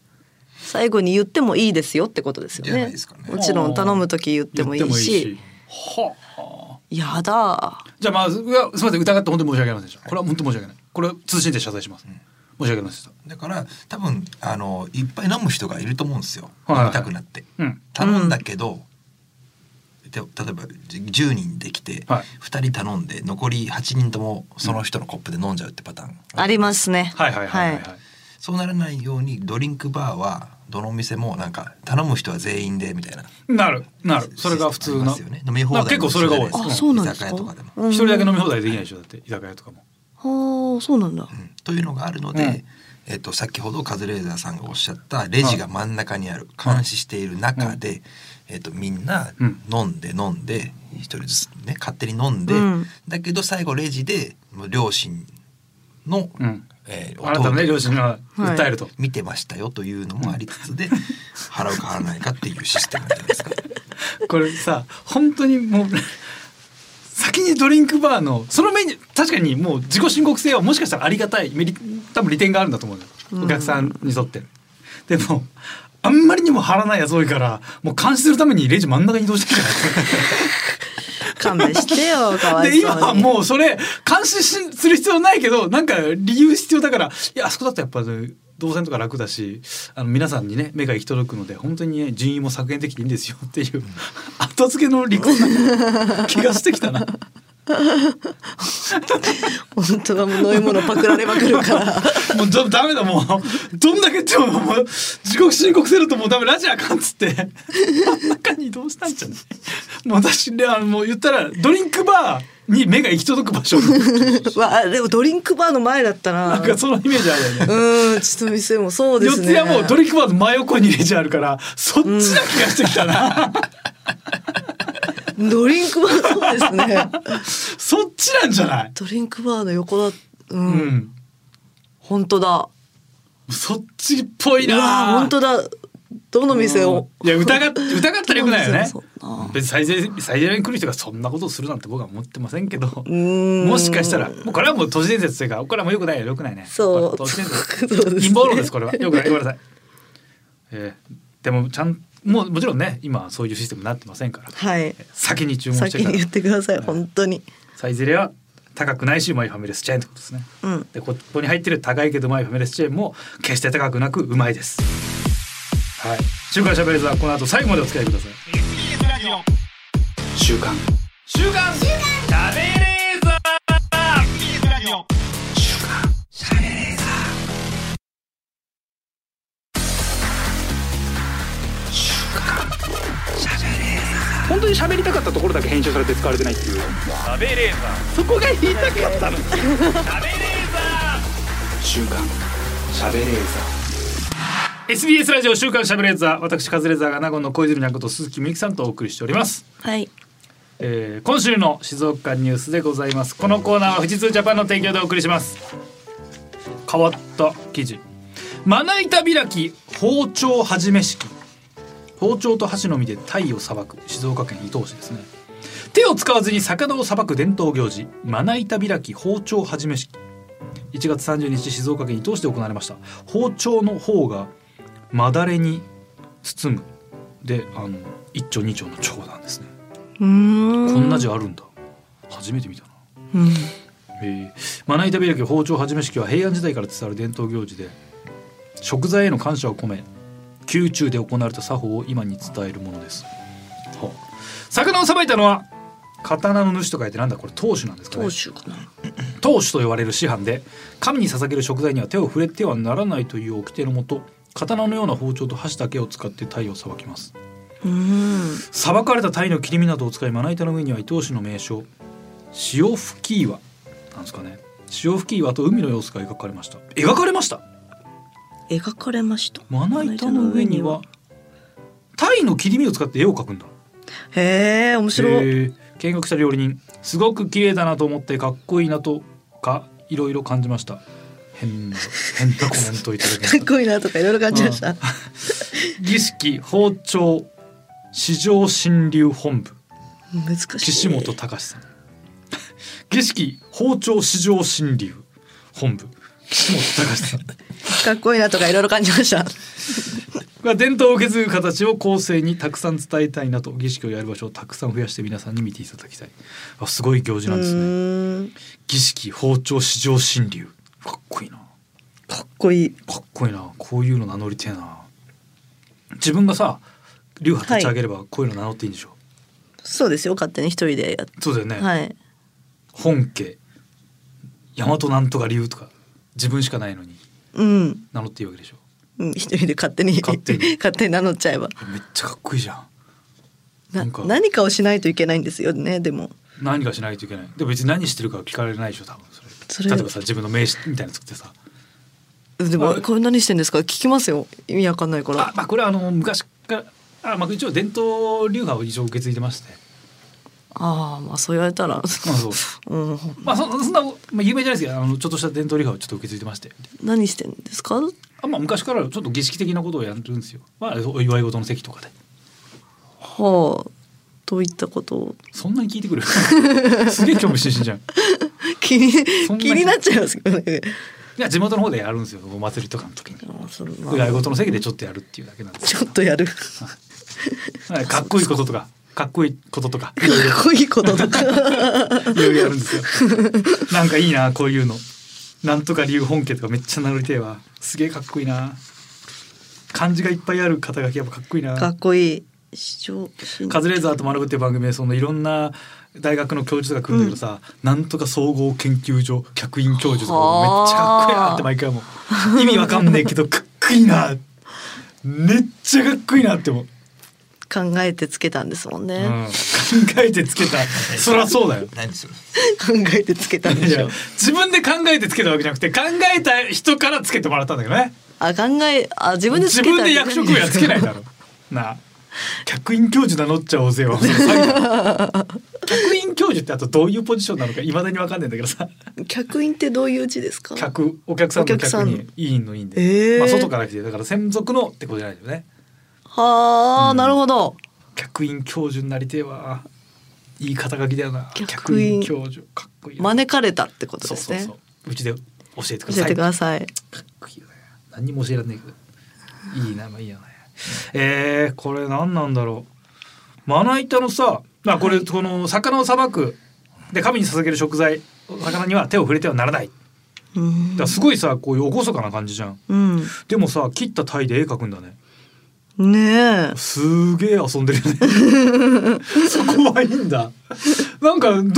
[SPEAKER 3] 最後に言ってもいいですよってことですよ
[SPEAKER 4] じゃな
[SPEAKER 3] ね
[SPEAKER 4] いですかね
[SPEAKER 3] もちろん頼む時言ってもいいし
[SPEAKER 2] はあ
[SPEAKER 3] やだ
[SPEAKER 2] じゃあまあいやすみません疑って本当に申し訳ありませんでしたこれは本当に申し訳ないこれは通信で謝罪します、
[SPEAKER 4] ん
[SPEAKER 2] 申し訳ありませんでし
[SPEAKER 4] だから多分あのいっぱい飲む人がいると思うんですよ、
[SPEAKER 2] はい
[SPEAKER 4] 飲みたくなって
[SPEAKER 2] たうん
[SPEAKER 4] 頼んだけど、で例えばじ10人できて、
[SPEAKER 2] はい
[SPEAKER 4] 2人頼んで残り8人ともその人のコップで飲んじゃうってパターン、
[SPEAKER 3] ありますね
[SPEAKER 2] はいはいはいはい、はい
[SPEAKER 4] そうならないようにドリンクバーはどのお店もなんか頼む人は全員でみたいな
[SPEAKER 2] なるなるそれが普通
[SPEAKER 4] あり
[SPEAKER 2] な
[SPEAKER 4] ますよね飲み放
[SPEAKER 2] なん
[SPEAKER 4] 題
[SPEAKER 2] か結構それが多い
[SPEAKER 4] も
[SPEAKER 3] あ
[SPEAKER 4] ん
[SPEAKER 3] そうなんですか
[SPEAKER 4] 居酒屋とかでも、
[SPEAKER 3] うん
[SPEAKER 2] 一人だけ飲み放題できないでしょだって居酒屋とかも
[SPEAKER 3] はあそうなんだ
[SPEAKER 4] うんというのがあるので、
[SPEAKER 2] うん
[SPEAKER 4] えっと先ほどカズレーザーさんがおっしゃったレジが真ん中にある監視している中で、えっとみんな
[SPEAKER 2] うん
[SPEAKER 4] 飲んで飲んで一人ずつね勝手に飲んで、
[SPEAKER 3] うん
[SPEAKER 4] だけど最後レジでもう両親の、
[SPEAKER 2] うん
[SPEAKER 4] えー
[SPEAKER 2] あなたのね両親が訴えると、
[SPEAKER 4] 見てましたよというのもありつつ で、払うか払わないかっていうシステムじゃないですか。
[SPEAKER 2] これさ本当にもう先にドリンクバーのそのメニュー確かにもう自己申告制はもしかしたらありがたいメリ多分利点があるんだと思うのよ
[SPEAKER 3] うん
[SPEAKER 2] お客さんにとって、でもあんまりにも払わないやつ多いからもう監視するためにレジ真ん中に移動してきたじゃないですか
[SPEAKER 3] 勘弁してよかわいそ
[SPEAKER 2] で
[SPEAKER 3] うに
[SPEAKER 2] 今はもうそれ監視しする必要ないけどなんか理由必要だからいやあそこだとやっぱ、ね、動線とか楽だしあの皆さんにね目が行き届くので本当にね人員も削減できていいんですよっていう 後付けの理屈な気がしてき たな。
[SPEAKER 3] 本当はもう飲み物パクられまくるから
[SPEAKER 2] もうだダメだもうどんだけ言ってももう自己申告するともうダメラジあかんっつって 真ん中に移動したんじゃないもう私ねあのもう言ったらドリンクバーに目が行き届く 場所
[SPEAKER 3] わあでもドリンクバーの前だったな
[SPEAKER 2] なんかそのイメージあるよね
[SPEAKER 3] うんちょっと店もそうで
[SPEAKER 2] 四
[SPEAKER 3] す
[SPEAKER 2] 谷
[SPEAKER 3] ね
[SPEAKER 2] もドリンクバーの真横にレジあるからそっちな気がしてきた な、
[SPEAKER 3] ドリンクバーそうですね
[SPEAKER 2] そっちなんじゃない
[SPEAKER 3] ドリンクバーの横だうん、
[SPEAKER 2] うん、
[SPEAKER 3] 本当だ
[SPEAKER 2] そっちっぽいうな
[SPEAKER 3] わ本当だどの店を
[SPEAKER 2] いや疑 っ疑ったらよくないよね
[SPEAKER 3] そうそうそう
[SPEAKER 2] 別に最前最前に来る人がそんなことをするなんて僕は思ってませんけど
[SPEAKER 3] ーん
[SPEAKER 2] もしかしたらもうこれはもう都市伝説というかこれはもうよくないよよくないね
[SPEAKER 3] そう
[SPEAKER 2] これ都市伝説
[SPEAKER 3] そうですね
[SPEAKER 2] 陰謀論ですこれはよくないごめんなさい、えーでもちゃんもうもちろんね今はそういうシステムになってませんから
[SPEAKER 3] はい
[SPEAKER 2] 先に注文して
[SPEAKER 3] 先
[SPEAKER 2] から
[SPEAKER 3] に言ってください
[SPEAKER 2] はい
[SPEAKER 3] 本当に
[SPEAKER 2] サイゼリヤは高くないしうまいファミレスチェーンってことですね
[SPEAKER 3] うん
[SPEAKER 2] でここに入ってる高いけどうまいファミレスチェーンも決して高くなくうまいですはい週刊しゃべれずはこの後最後までお付き合いください
[SPEAKER 1] 週刊
[SPEAKER 2] 週刊しゃべれー
[SPEAKER 1] 本当に喋りたかったところだけ編集されて使われてないっていう
[SPEAKER 3] そこが言いたかった
[SPEAKER 1] 週刊喋れー
[SPEAKER 2] SBS ラジオ週刊しゃべれーザー私カズレーザーが名護の小泉にゃんこと鈴木みゆきさんとお送りしております
[SPEAKER 3] はい
[SPEAKER 2] えー今週の静岡ニュースでございますこのコーナーは富士通ジャパンの提供でお送りします変わった記事まな板開き包丁始め式包丁と箸のみで鯛をさばく静岡県伊東市ですね手を使わずに魚をさばく伝統行事まな板開き包丁始め式1月30日静岡県伊東市で行われました包丁の方がまだれに包むであの一丁二丁の丁なんですね
[SPEAKER 3] うーん
[SPEAKER 2] こんな字あるんだ初めて見たな、
[SPEAKER 3] うん
[SPEAKER 2] えー、まな板開き包丁始め式は平安時代から伝わる伝統行事で食材への感謝を込め宮中で行われた作法を今に伝えるものです、はあ魚をさばいたのは刀の主と書いてなんだこれ当主なんですかね
[SPEAKER 3] 当主かな
[SPEAKER 2] 当主と呼ばれる師範で神に捧げる食材には手を触れてはならないという掟のもと刀のような包丁と箸だけを使って鯛をさばきます
[SPEAKER 3] うーん
[SPEAKER 2] さばかれた鯛の切り身などを使いまな板の上には伊東市の名所潮吹き岩なんですかね潮吹き岩と海の様子が描かれました描かれました
[SPEAKER 3] 描かれました
[SPEAKER 2] まな板の上には鯛の切り身を使って絵を描くんだ
[SPEAKER 3] へえ面白い
[SPEAKER 2] へー見学した料理人すごく綺麗だなと思ってかっこいいなとかいろいろ感じました変な変なコメントをいただきま
[SPEAKER 3] か
[SPEAKER 2] し
[SPEAKER 3] っこいいなとかいろいろ感じました
[SPEAKER 2] た儀式包丁市場新流本部
[SPEAKER 3] 難しい
[SPEAKER 2] 岸本隆さん儀式包丁市場新流本部岸本隆さん
[SPEAKER 3] かっこいいなとかいろいろ感じました
[SPEAKER 2] が伝統を受け継ぐ形を後世にたくさん伝えたいなと儀式をやる場所をたくさん増やして皆さんに見ていただきたいあすごい行事なんです
[SPEAKER 3] う
[SPEAKER 2] ね
[SPEAKER 3] ーん
[SPEAKER 2] 儀式包丁市場新流かっこいいな
[SPEAKER 3] かっこいい
[SPEAKER 2] かっこいいなこういうの名乗りてえな自分がさ流派立ち上げればこういうの名乗っていいんでしょ、
[SPEAKER 3] そうですよ勝手に一人でやっ
[SPEAKER 2] そうだよね、
[SPEAKER 3] はい
[SPEAKER 2] 本家大和なんとか流とか自分しかないのに
[SPEAKER 3] うん
[SPEAKER 2] 名乗っていいわけでしょ
[SPEAKER 3] うん一人で勝手に
[SPEAKER 2] 勝手に
[SPEAKER 3] 勝手に名乗っちゃえば
[SPEAKER 2] めっちゃかっこいいじゃんな
[SPEAKER 3] なん
[SPEAKER 2] か
[SPEAKER 3] 何かをしないといけないんですよねでも
[SPEAKER 2] 何かしないといけないでも別に何してるかは聞かれないでしょ多分それ
[SPEAKER 3] それ
[SPEAKER 2] 例えばさ自分の名刺みたいなの作ってさ
[SPEAKER 3] で
[SPEAKER 2] は
[SPEAKER 3] も
[SPEAKER 2] い
[SPEAKER 3] これ何してんですか聞きますよ意味わかんないか
[SPEAKER 2] あ
[SPEAKER 3] ら、
[SPEAKER 2] まあ、これはあの昔からあ、まあ、一応伝統流派を一応受け継いでまして
[SPEAKER 3] ああまあそう言われたら、
[SPEAKER 2] まあそう
[SPEAKER 3] うん、
[SPEAKER 2] まあそそんな、まあ、有名じゃないですけどあのちょっとした伝統流派をちょっと受け継いでまして
[SPEAKER 3] 何してんですか
[SPEAKER 2] あ、まあ、昔からちょっと儀式的なことをやるんですよ、まあ、お祝い事の席とかで
[SPEAKER 3] はあどういったことを
[SPEAKER 2] そんなに聞いて くるすげえ興味津々じゃんい
[SPEAKER 3] 気に
[SPEAKER 2] そんなに
[SPEAKER 3] 気になっちゃいますけどね。
[SPEAKER 2] や地元の方でやるんですよお祭りとかの時に
[SPEAKER 3] あそれまあ
[SPEAKER 2] お祝い事の席でちょっとやるっていうだけなんです
[SPEAKER 3] ちょっとやる。か
[SPEAKER 2] はいかっこいいこととかかっこいいこととかいろいろ
[SPEAKER 3] っこいいこと とか。
[SPEAKER 2] いろいろやるんですよ。 なんかいいな、こういうの。なんとか流本家とかめっちゃ名乗りてえわ。すげえかっこいいな。漢字がいっぱいある肩書きやっぱかっこいい
[SPEAKER 3] か
[SPEAKER 2] な
[SPEAKER 3] っ。こいい。視聴。
[SPEAKER 2] カズレーザーと学ぶっていう番組でそのいろんな大学の教授とか来るんだけどさ、なんとか総合研究所客員教授とかめっちゃかっこいいなって毎回もう意味わかんねえけどかっこいい なめっちゃかっこいいなって思う、
[SPEAKER 3] 考えてつけたんですもん
[SPEAKER 2] う
[SPEAKER 3] ね。
[SPEAKER 2] ん、考えてつけたそりゃそうだよ
[SPEAKER 4] 何それ
[SPEAKER 3] 考えてつけたんで
[SPEAKER 2] い
[SPEAKER 3] し
[SPEAKER 2] や
[SPEAKER 3] ょ。
[SPEAKER 2] 自分で考えてつけたわけじゃなくて考えた人からつけてもらったんだけどね
[SPEAKER 3] あ考えあ自分でつ
[SPEAKER 2] 自
[SPEAKER 3] けた。
[SPEAKER 2] 分で役職名はつけないだろなあ客員教授名乗っちゃおうぜよその詐欺 だ客員教授ってあとどういうポジションなのかいまだに分かんないんだけどさ
[SPEAKER 3] 客員ってどういう字ですか。
[SPEAKER 2] 客お客さんの
[SPEAKER 3] お客さ
[SPEAKER 2] 客
[SPEAKER 3] ん
[SPEAKER 2] に委員の委員で、
[SPEAKER 3] えー
[SPEAKER 2] まあ、外から来てだから専属のってことじゃないよね
[SPEAKER 3] はあ、なるほど。
[SPEAKER 2] 客員教授になりてえわいい肩書きだよな
[SPEAKER 3] 客員
[SPEAKER 2] 教授かっこいいな
[SPEAKER 3] 招かれたってこと
[SPEAKER 2] そう
[SPEAKER 3] です
[SPEAKER 2] そう
[SPEAKER 3] ね。
[SPEAKER 2] そううちで教えてくだ
[SPEAKER 3] 教え
[SPEAKER 2] さい
[SPEAKER 3] てください。
[SPEAKER 2] かっこいいよね何にも教えられないけどいいなまあいいよねえー、これ何なんだろうまな板のさまあこれ、この魚をさばくで神に捧げる食材魚には手を触れてはならないだ
[SPEAKER 3] うん
[SPEAKER 2] からすごいさこういう厳かな感じじゃん
[SPEAKER 3] うん。
[SPEAKER 2] でもさ切った鯛で絵描くんだね
[SPEAKER 3] ねえ。
[SPEAKER 2] すげえ遊んでるよね そこはいいんだなんかどういう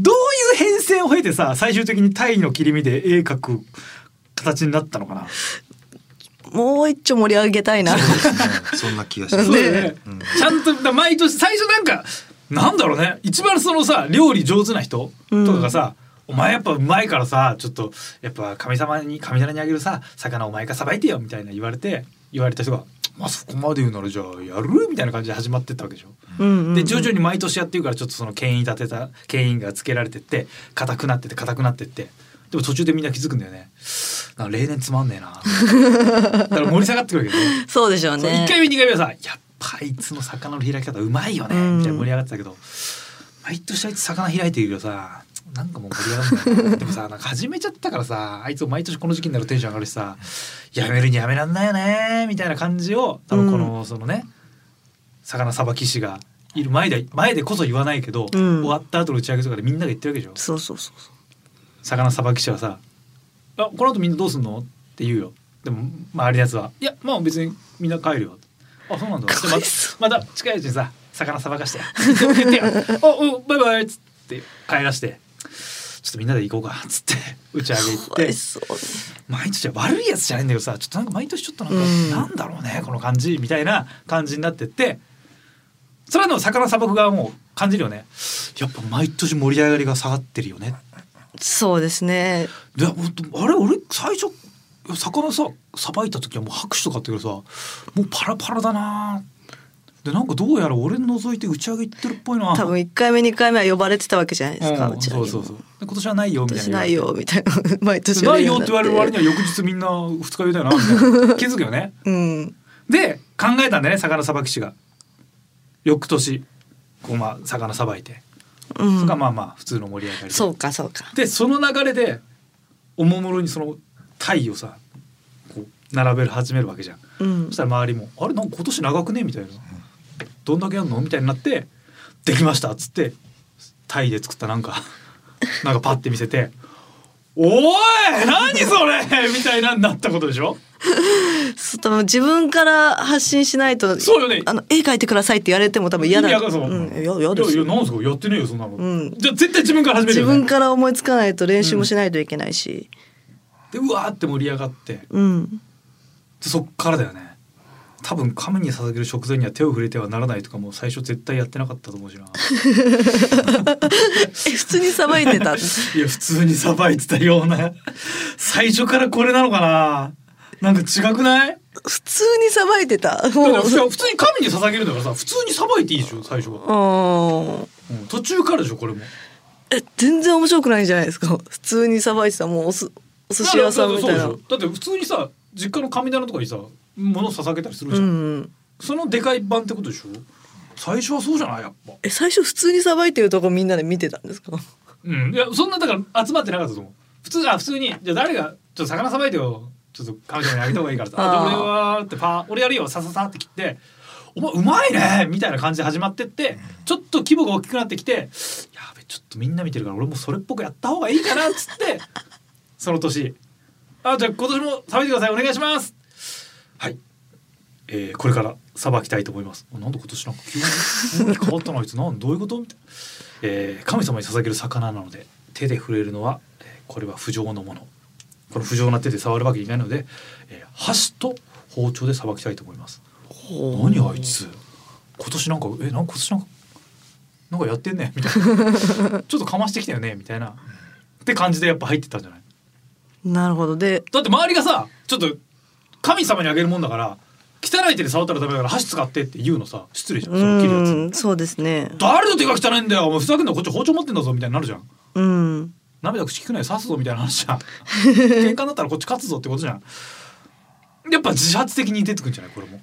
[SPEAKER 2] どういう変遷を経てさ最終的に鯛の切り身で絵描く形になったのかな
[SPEAKER 3] もう一丁盛り上げたいな。
[SPEAKER 4] うんそんな気がしま
[SPEAKER 2] そ
[SPEAKER 4] す
[SPEAKER 2] うだよね
[SPEAKER 4] うん
[SPEAKER 2] ちゃんとだ毎年最初なんかなんだろうね一番そのさ料理上手な人とかがさ、お前やっぱうまいからさちょっとやっぱ神様に神棚にあげるさ魚お前がさばいてよみたいな言われて言われた人が「まあそこまで言うならじゃあやる?」みたいな感じで始まってったわけでしょ。
[SPEAKER 3] うん、うん。
[SPEAKER 2] で徐々に毎年やってるからちょっとその権威立てた権威がつけられてって硬くなってって硬くなってってでも途中でみんな気づくんだよねなんか例年つまんねえ なだから盛り下がってくるけど
[SPEAKER 3] そうでしょう
[SPEAKER 2] そう
[SPEAKER 3] ね
[SPEAKER 2] 1。回目2回目はさやっぱあいつの魚の開き方うまいよね
[SPEAKER 3] うん
[SPEAKER 2] みたいな盛り上がってたけど毎年あいつ魚開いてるけどさなんかもう盛り上がるんだよなでもさなんか始めちゃったからさあいつも毎年この時期になるとテンション上がるしさやめるにやめらんないよねみたいな感じを多分この、そのね魚さばき師がいる前で前でこそ言わないけど、
[SPEAKER 3] うん
[SPEAKER 2] 終わった後の打ち上げとかでみんなが言ってるわけでしょ
[SPEAKER 3] そうそうそうそ
[SPEAKER 2] 魚さばき師はさ「あこの後みんなどうすんの?」って言うよでも周りのやつは「いやまあ別にみんな帰るよ」あそうなんだ」
[SPEAKER 3] かわいそ
[SPEAKER 2] またまた近いうちにさ魚さばかして言って言って よ「あうんバイバイ」っつって帰らして「ちょっとみんなで行こうか」っつって打ち上げ
[SPEAKER 3] う。
[SPEAKER 2] 行っ
[SPEAKER 3] かわ
[SPEAKER 2] て
[SPEAKER 3] いそう。
[SPEAKER 2] 毎年は悪いやつじゃないんだけどさちょっとなんか毎年ちょっとなんか、
[SPEAKER 3] うん
[SPEAKER 2] なんだろうねこの感じみたいな感じになってってそれはでも魚さばく側も感じるよねやっぱ毎年盛り上がりが下がってるよね
[SPEAKER 3] そうですね。
[SPEAKER 2] でほんとあれ俺最初魚ささばいた時はもう拍手とかあってけどさもうパラパラだなでなんかどうやら俺覗いて打ち上げ行ってるっぽいな
[SPEAKER 3] 多分一回目二回目は呼ばれてたわけじゃないですか。
[SPEAKER 2] うん
[SPEAKER 3] うちら
[SPEAKER 2] そ
[SPEAKER 3] に
[SPEAKER 2] う
[SPEAKER 3] も
[SPEAKER 2] そうそうで今年はないよみた
[SPEAKER 3] 今
[SPEAKER 2] い
[SPEAKER 3] 年
[SPEAKER 2] な
[SPEAKER 3] ないよみたいな 毎年
[SPEAKER 2] ないよって言われる割に
[SPEAKER 3] は。
[SPEAKER 2] は翌日みんな二日酔いだよなみた いな気づくよね
[SPEAKER 3] うん。
[SPEAKER 2] で考えたんだよね魚さばき師が翌年こうまあ魚さばいて、
[SPEAKER 3] うん。
[SPEAKER 2] それがまあまあ普通の盛り上がりで
[SPEAKER 3] そうかそうか。
[SPEAKER 2] でその流れでおもむろにその鯛をさこう並べる始めるわけじゃん
[SPEAKER 3] うん
[SPEAKER 2] そし。たら周りも「あれなんか今年長くね?」みたいな「どんだけやんの?」みたいになって「できました」っつって鯛で作ったなんか なんかパッて見せて「おい何それ!」みたいなになったことでしょ
[SPEAKER 3] そう多分自分から発信しないと。
[SPEAKER 2] そうよね
[SPEAKER 3] あの絵描いてくださいって言われても多分嫌だ。
[SPEAKER 2] 意味わかんないそ
[SPEAKER 3] うん。
[SPEAKER 2] の
[SPEAKER 3] いや嫌で
[SPEAKER 2] い
[SPEAKER 3] す
[SPEAKER 2] や
[SPEAKER 3] よ
[SPEAKER 2] いやなんすかやってねえよそんなの、
[SPEAKER 3] うん
[SPEAKER 2] じゃあ絶対自分から始める
[SPEAKER 3] 自
[SPEAKER 2] よ、ね、
[SPEAKER 3] 分から思いつかないと練習もしないといけないし。
[SPEAKER 2] でうわーって盛り上がって
[SPEAKER 3] うん。
[SPEAKER 2] でそっからだよね多分神に捧げる食材には手を触れてはならないとかも最初絶対やってなかったと思う しな
[SPEAKER 3] え普通にさばいて
[SPEAKER 2] いや
[SPEAKER 3] た。
[SPEAKER 2] 普通にさばいてたような最初からこれなのかななんか違くない
[SPEAKER 3] 普通にさばいてた。
[SPEAKER 2] だから
[SPEAKER 3] も
[SPEAKER 2] 普通普通に神に捧げるんだからさ普通にさばいていいでしょ最初は、
[SPEAKER 3] う。うん。
[SPEAKER 2] うん途中からでしょこれも
[SPEAKER 3] え全然面白くないじゃないですか普通にさばいてたもうおすお寿司屋さんみたい
[SPEAKER 2] だ
[SPEAKER 3] な
[SPEAKER 2] からそうでしょだって普通にさ実家の神棚とかにさ物捧げたりする
[SPEAKER 3] う
[SPEAKER 2] じゃん、
[SPEAKER 3] ん
[SPEAKER 2] そのでかい版ってことでしょ最初はそうじゃないやっぱ
[SPEAKER 3] え最初普通にさばいてるとこみんなで見てたんですか
[SPEAKER 2] うん、いやそんなだから集まってなかったと思う普通あ普通にじゃあ誰がちょっと魚さばいてよちょっと彼女にあげた方がいいからさ
[SPEAKER 3] あー
[SPEAKER 2] じゃあ俺はってパー俺やるよさささって切ってお前うまいねみたいな感じで始まってってちょっと規模が大きくなってきてやべちょっとみんな見てるから俺もそれっぽくやった方がいいかなっつって その年あじゃあ今年もさばいてくださいお願いしますはいえーこれからさばきたいと思います。なんで今年なんか急に急に変わったのあいつなんどういうことみたいな、えー神様に捧げる魚なので手で触れるのは、えーこれは不浄のもの。この不浄な手で触るわけにいないので、えー箸と包丁でさばきたいと思います。何あいつ今年なんかえなんか今年なんかなんかやってんねみたい なちょっとかましてきたよねみたいなって感じでやっぱ入ってったんじゃ ない
[SPEAKER 3] なるほどで
[SPEAKER 2] だって周りがさちょっと神様にあげるもんだから汚い手で触ったらダメだから箸使ってって言うのさ失礼じゃん
[SPEAKER 3] う
[SPEAKER 2] その切るやつ
[SPEAKER 3] んそうですね
[SPEAKER 2] 誰の手が汚いんだよお前ふざけんなこっち包丁持ってんだぞみたいになるじゃん
[SPEAKER 3] うん
[SPEAKER 2] 涙口聞くなよ刺すぞみたいな話じゃん喧嘩になったらこっち勝つぞってことじゃんやっぱ自発的に出てくんじゃないこれも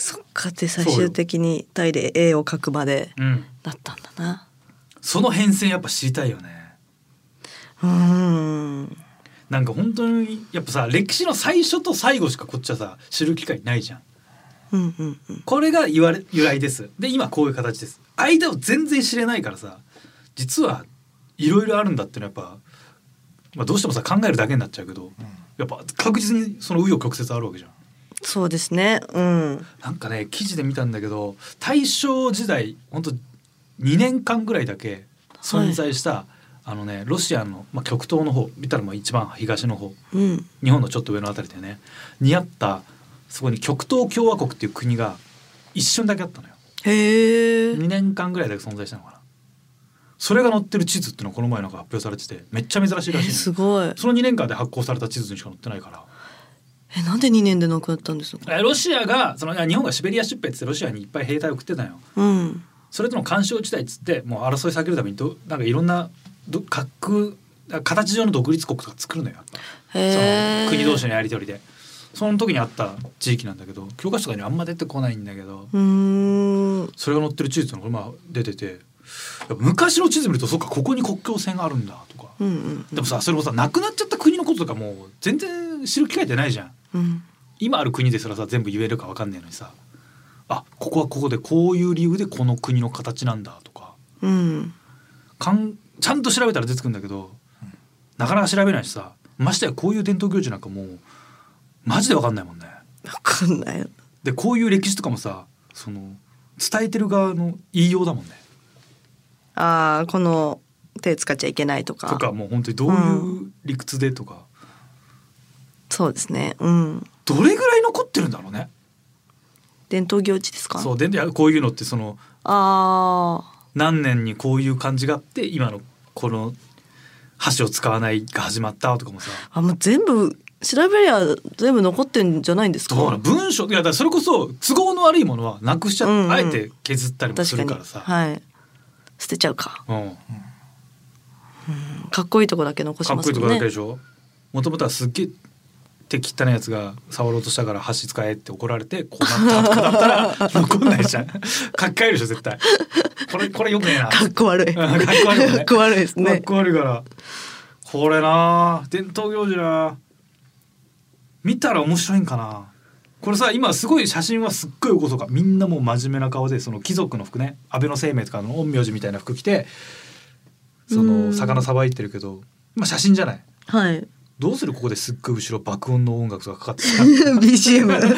[SPEAKER 3] そっかって最終的にタイで絵を描くまで
[SPEAKER 2] うん、
[SPEAKER 3] だったんだな
[SPEAKER 2] その変遷やっぱ知りたいよね
[SPEAKER 3] うーん
[SPEAKER 2] なんか本当にやっぱさ歴史の最初と最後しかこっちはさ知る機会ないじゃん
[SPEAKER 3] うんうんうん
[SPEAKER 2] これが言われ由来ですで今こういう形です間を全然知れないからさ実はいろいろあるんだってのはやっぱ、まあ、どうしてもさ考えるだけになっちゃうけど、やっぱ確実にその紆余曲折あるわけじゃん
[SPEAKER 3] そうですねうん
[SPEAKER 2] なんかね記事で見たんだけど大正時代本当2年間ぐらいだけ存在した、あのねロシアの、まあ、極東の方見たらもう一番東の方
[SPEAKER 3] うん
[SPEAKER 2] 日本のちょっと上のあたりだよねにあったそこに極東共和国っていう国が一瞬だけあったのよ。
[SPEAKER 3] へえ
[SPEAKER 2] 2年間ぐらいだけ存在したのかなそれが載ってる地図っていうのがこの前なんか発表されててめっちゃ珍しいらしいのよ
[SPEAKER 3] すごい
[SPEAKER 2] その2年間で発行された地図にしか載ってないから
[SPEAKER 3] えなんで2年で亡くなったんですか
[SPEAKER 2] えロシアがそのいや日本がシベリア出兵っつってロシアにいっぱい兵隊を送ってたのよ
[SPEAKER 3] うん
[SPEAKER 2] それとの干渉地帯っつってもう争い避けるためにどなんかいろんなど各形上の独立国とか作るのよやっぱそ
[SPEAKER 3] へえ
[SPEAKER 2] の国同士のやり取りでその時にあった地域なんだけど教科書とかにはあんま出てこないんだけど
[SPEAKER 3] うーん
[SPEAKER 2] それが載ってる地図のこれまあ出ててやっぱ昔の地図見るとそっかここに国境線があるんだとか
[SPEAKER 3] うんうん
[SPEAKER 2] でもさそれもさなくなっちゃった国のこととかもう全然知る機会ってないじゃん
[SPEAKER 3] うん
[SPEAKER 2] 今ある国ですらさ全部言えるかわかんないのにさあここはここでこういう理由でこの国の形なんだとか
[SPEAKER 3] うん
[SPEAKER 2] かんちゃんと調べたら出てくるんだけどなかなか調べないしさましてやこういう伝統行事なんかもうマジでわかんないもんね。
[SPEAKER 3] わかんない
[SPEAKER 2] でこういう歴史とかもさその伝えてる側の言いようだもんね。
[SPEAKER 3] ああこの手使っちゃいけないとか
[SPEAKER 2] とかもう本当にどういう理屈でとか、
[SPEAKER 3] そうですねうん
[SPEAKER 2] どれぐらい残ってるんだろうね。
[SPEAKER 3] 伝統行事ですか
[SPEAKER 2] そうででこういうのってその
[SPEAKER 3] ああ
[SPEAKER 2] 何年にこういう感じがあって今のこの箸を使わないが始まったとかもさ
[SPEAKER 3] あもう全部調べりゃ全部残ってんじゃないんですか
[SPEAKER 2] どうなの文章いやだからそれこそ都合の悪いものはなくしちゃって、
[SPEAKER 3] うんうん
[SPEAKER 2] あえて削ったりもす
[SPEAKER 3] 確か
[SPEAKER 2] る
[SPEAKER 3] に
[SPEAKER 2] からさ、
[SPEAKER 3] はい捨てちゃうか
[SPEAKER 2] うん、
[SPEAKER 3] かっこいいとこだけ残し
[SPEAKER 2] かっ
[SPEAKER 3] ま
[SPEAKER 2] こい
[SPEAKER 3] す
[SPEAKER 2] いと
[SPEAKER 3] も
[SPEAKER 2] こだ
[SPEAKER 3] んね
[SPEAKER 2] けでしょもともとはすっげえ手汚いやつが触ろうとしたから箸使えって怒られてこうなったとかだったら 残んないじゃん書き換えるでしょ絶対これこれよくねえな
[SPEAKER 3] かっこ悪い
[SPEAKER 2] うんかっこ悪いよね
[SPEAKER 3] かっこ悪いです
[SPEAKER 2] かっ
[SPEAKER 3] ね
[SPEAKER 2] こ悪いからこれなあ伝統行事なあ見たら面白いんかなこれさ今すごい写真はすっごいおこそかみんなもう真面目な顔でその貴族の服ね安倍晴明とかの陰陽師みたいな服着てそ
[SPEAKER 3] うん
[SPEAKER 2] の魚さばいてるけど今写真じゃない
[SPEAKER 3] はい
[SPEAKER 2] どうするここですっごい後ろ爆音の音楽がかかって
[SPEAKER 3] BGM
[SPEAKER 2] た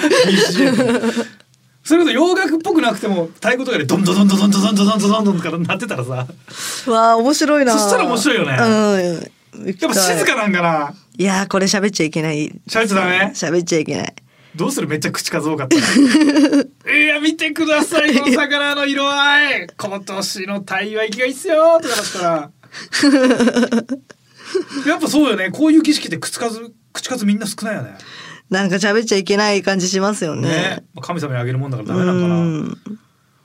[SPEAKER 2] それこそ洋楽っぽくなくても太鼓とかでドンドドンドドンドドンドドンドドンドンとかなってたらさ
[SPEAKER 3] わあ面白いな
[SPEAKER 2] そしたら面白いよね
[SPEAKER 3] うん
[SPEAKER 2] やっぱ静かなんかない
[SPEAKER 3] やーこれ喋っちゃいけない
[SPEAKER 2] 喋っちゃダメ
[SPEAKER 3] 喋っちゃいけない
[SPEAKER 2] どうするめっちゃ口数多かったらいや見てくださいこの魚の色合い今年のタイは生きがいいっすよとかだったらやっぱそうよねこういう儀式って口数口数みんな少ないよね
[SPEAKER 3] なんか喋っちゃいけない感じしますよね
[SPEAKER 2] ねまあ神様にあげるもんだからダメなんかな
[SPEAKER 3] うん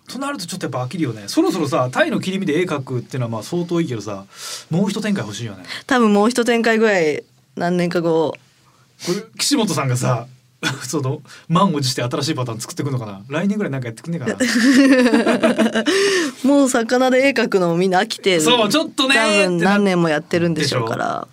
[SPEAKER 2] となるとちょっとやっぱ飽きるよねそろそろさタイの切り身で絵描くっていうのはまあ相当いいけどさもう一展開欲しいよね
[SPEAKER 3] 多分もう一展開ぐらい何年か後
[SPEAKER 2] これ岸本さんがさ その満を持して新しいパターン作ってくんのかな来年ぐらいなんかやってくんねえかな
[SPEAKER 3] もう魚で絵描くのもみんな飽きて
[SPEAKER 2] そうちょっとね
[SPEAKER 3] 多分
[SPEAKER 2] ってな
[SPEAKER 3] 何年もやってるんでしょうから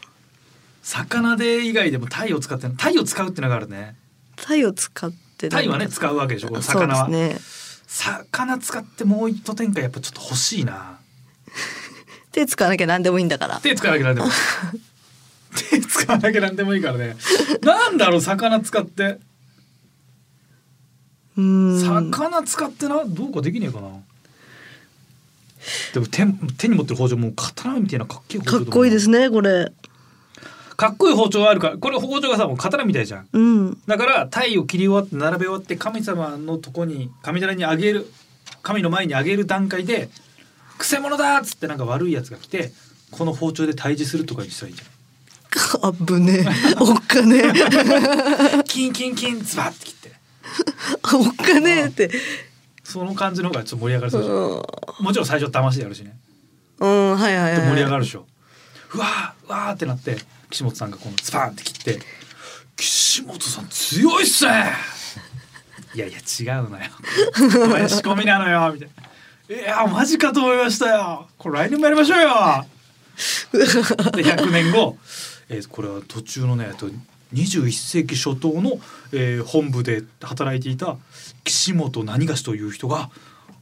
[SPEAKER 2] 魚で以外でもタイを使ってタイを使うってのがあるね
[SPEAKER 3] タイを使って
[SPEAKER 2] タイはね
[SPEAKER 3] なんか
[SPEAKER 2] 使うわけでしょこの
[SPEAKER 3] そうで
[SPEAKER 2] 魚は、
[SPEAKER 3] すね
[SPEAKER 2] 魚使ってもう一展開やっぱちょっと欲しいな
[SPEAKER 3] 手使わなきゃ何でもいいんだから
[SPEAKER 2] 手使わなきゃな んでも手使わなきゃなんでもいいからねなんだろう魚使って
[SPEAKER 3] うーん
[SPEAKER 2] 魚使ってなどうかできねえかなでも手手に持ってる包丁もう刀みたいなかっけえ包丁
[SPEAKER 3] か
[SPEAKER 2] だ
[SPEAKER 3] っ
[SPEAKER 2] もん
[SPEAKER 3] こいいですねこれ
[SPEAKER 2] かっこいい包丁があるからこれ包丁がさもう刀みたいじゃん
[SPEAKER 3] うん
[SPEAKER 2] だから鯛を切り終わって並べ終わって神様のとこに神棚にあげる神の前にあげる段階で「くせ者だ!」っつってなんか悪いやつが来てこの包丁で退治するとかにしたらいいじ
[SPEAKER 3] あぶねえ おっかね
[SPEAKER 2] ゃ んキンキンキンズバッて切って
[SPEAKER 3] えおっかねえって
[SPEAKER 2] その感じの方がちょっと盛り上がり
[SPEAKER 3] う
[SPEAKER 2] そうじゃん
[SPEAKER 3] ん
[SPEAKER 2] もちろん最初騙しでやるしね
[SPEAKER 3] うんはいはい
[SPEAKER 2] で
[SPEAKER 3] はい
[SPEAKER 2] 盛り上がるでしょうわーうわーってなって岸本さんがこのスパーンって切って「岸本さん強いっすねいやいや違うのよ。お前仕込みなのよみたいな。いやマジかと思いましたよ。これ来年もやりましょうよ。で100年後、えーこれは途中のね、えっと21世紀初頭の、えー本部で働いていた岸本何がしという人が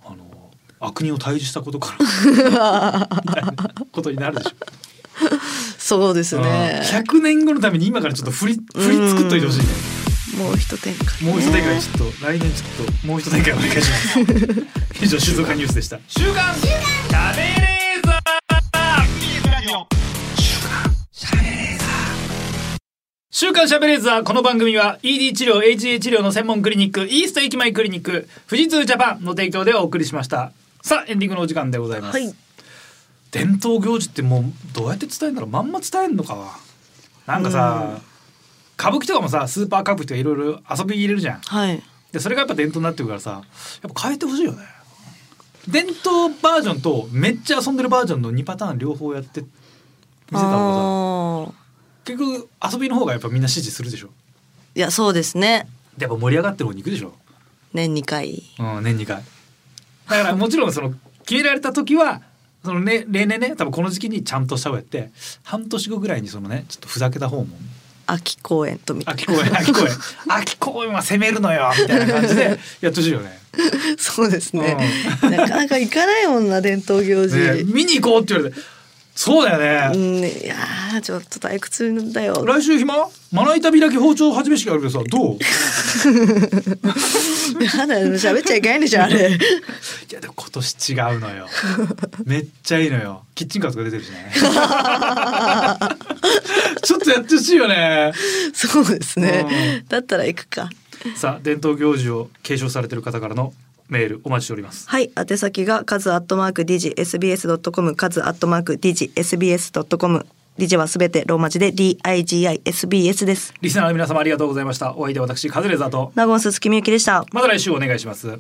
[SPEAKER 2] あの悪人を退治したことからみたいなことになるでしょ。
[SPEAKER 3] そうですね
[SPEAKER 2] うん100年後のために今からちょっと振り振り作っといてほしいね。
[SPEAKER 3] もう一展開
[SPEAKER 2] もう一大会ちょっと来年ちょっともう一大会お願いします。以上静岡ニュースでした。週刊週刊しゃべレーザーこの番組は ED 治療 HA 治療の専門クリニックイースト駅前クリニック富士通ジャパンの提供でお送りしましたさあエンディングのお時間でございます、
[SPEAKER 3] はい
[SPEAKER 2] 伝統行事ってもうどうやって伝えるんだろうまんま伝えるのかはなんかさ、歌舞伎とかもさスーパー歌舞伎とかいろいろ遊び入れるじゃん
[SPEAKER 3] はい
[SPEAKER 2] でそれがやっぱ伝統になってるからさやっぱ変えてほしいよね伝統バージョンとめっちゃ遊んでるバージョンの2パターン両方やって見せた方がさ
[SPEAKER 3] あー
[SPEAKER 2] 結局遊びの方がやっぱみんな支持するでしょ
[SPEAKER 3] いやそうですね
[SPEAKER 2] でやっぱ盛り上がってる方に行くでしょ、
[SPEAKER 3] 年2回
[SPEAKER 2] うん、年2回だからもちろんその決められた時はその、ね、例年ね多分この時期にちゃんとした方やって半年後ぐらいにそのねちょっとふざけた方も
[SPEAKER 3] 秋公演とみたい
[SPEAKER 2] 秋公演秋公演秋公演は攻めるのよみたいな感じでやってほしいよね
[SPEAKER 3] な そうですね、なかなか行かないもんな伝統行事、
[SPEAKER 2] ね見に行こうって言われてそうだよね、
[SPEAKER 3] うんいやーちょっと退屈だよ
[SPEAKER 2] 来週暇まな板開き包丁始め式あるけどさどうい
[SPEAKER 3] やだ喋っちゃいけないんでしょあれ
[SPEAKER 2] やでも今年違うのよめっちゃいいのよキッチンカーとか出てるしねちょっとやってほしいよね
[SPEAKER 3] そうですねだったら行くか
[SPEAKER 2] さあ伝統行事を継承されてる方からのメールお待ちしております
[SPEAKER 3] はい宛先がカズアットマークディジ SBS ドットコムカズアットマークディジ SBS ドットコムディジはすべてローマ字で D I G I S B S です
[SPEAKER 2] リスナーの皆様ありがとうございましたお相手は私カズレーザーと
[SPEAKER 3] ナゴンス月みゆきでした
[SPEAKER 2] また来週お願いします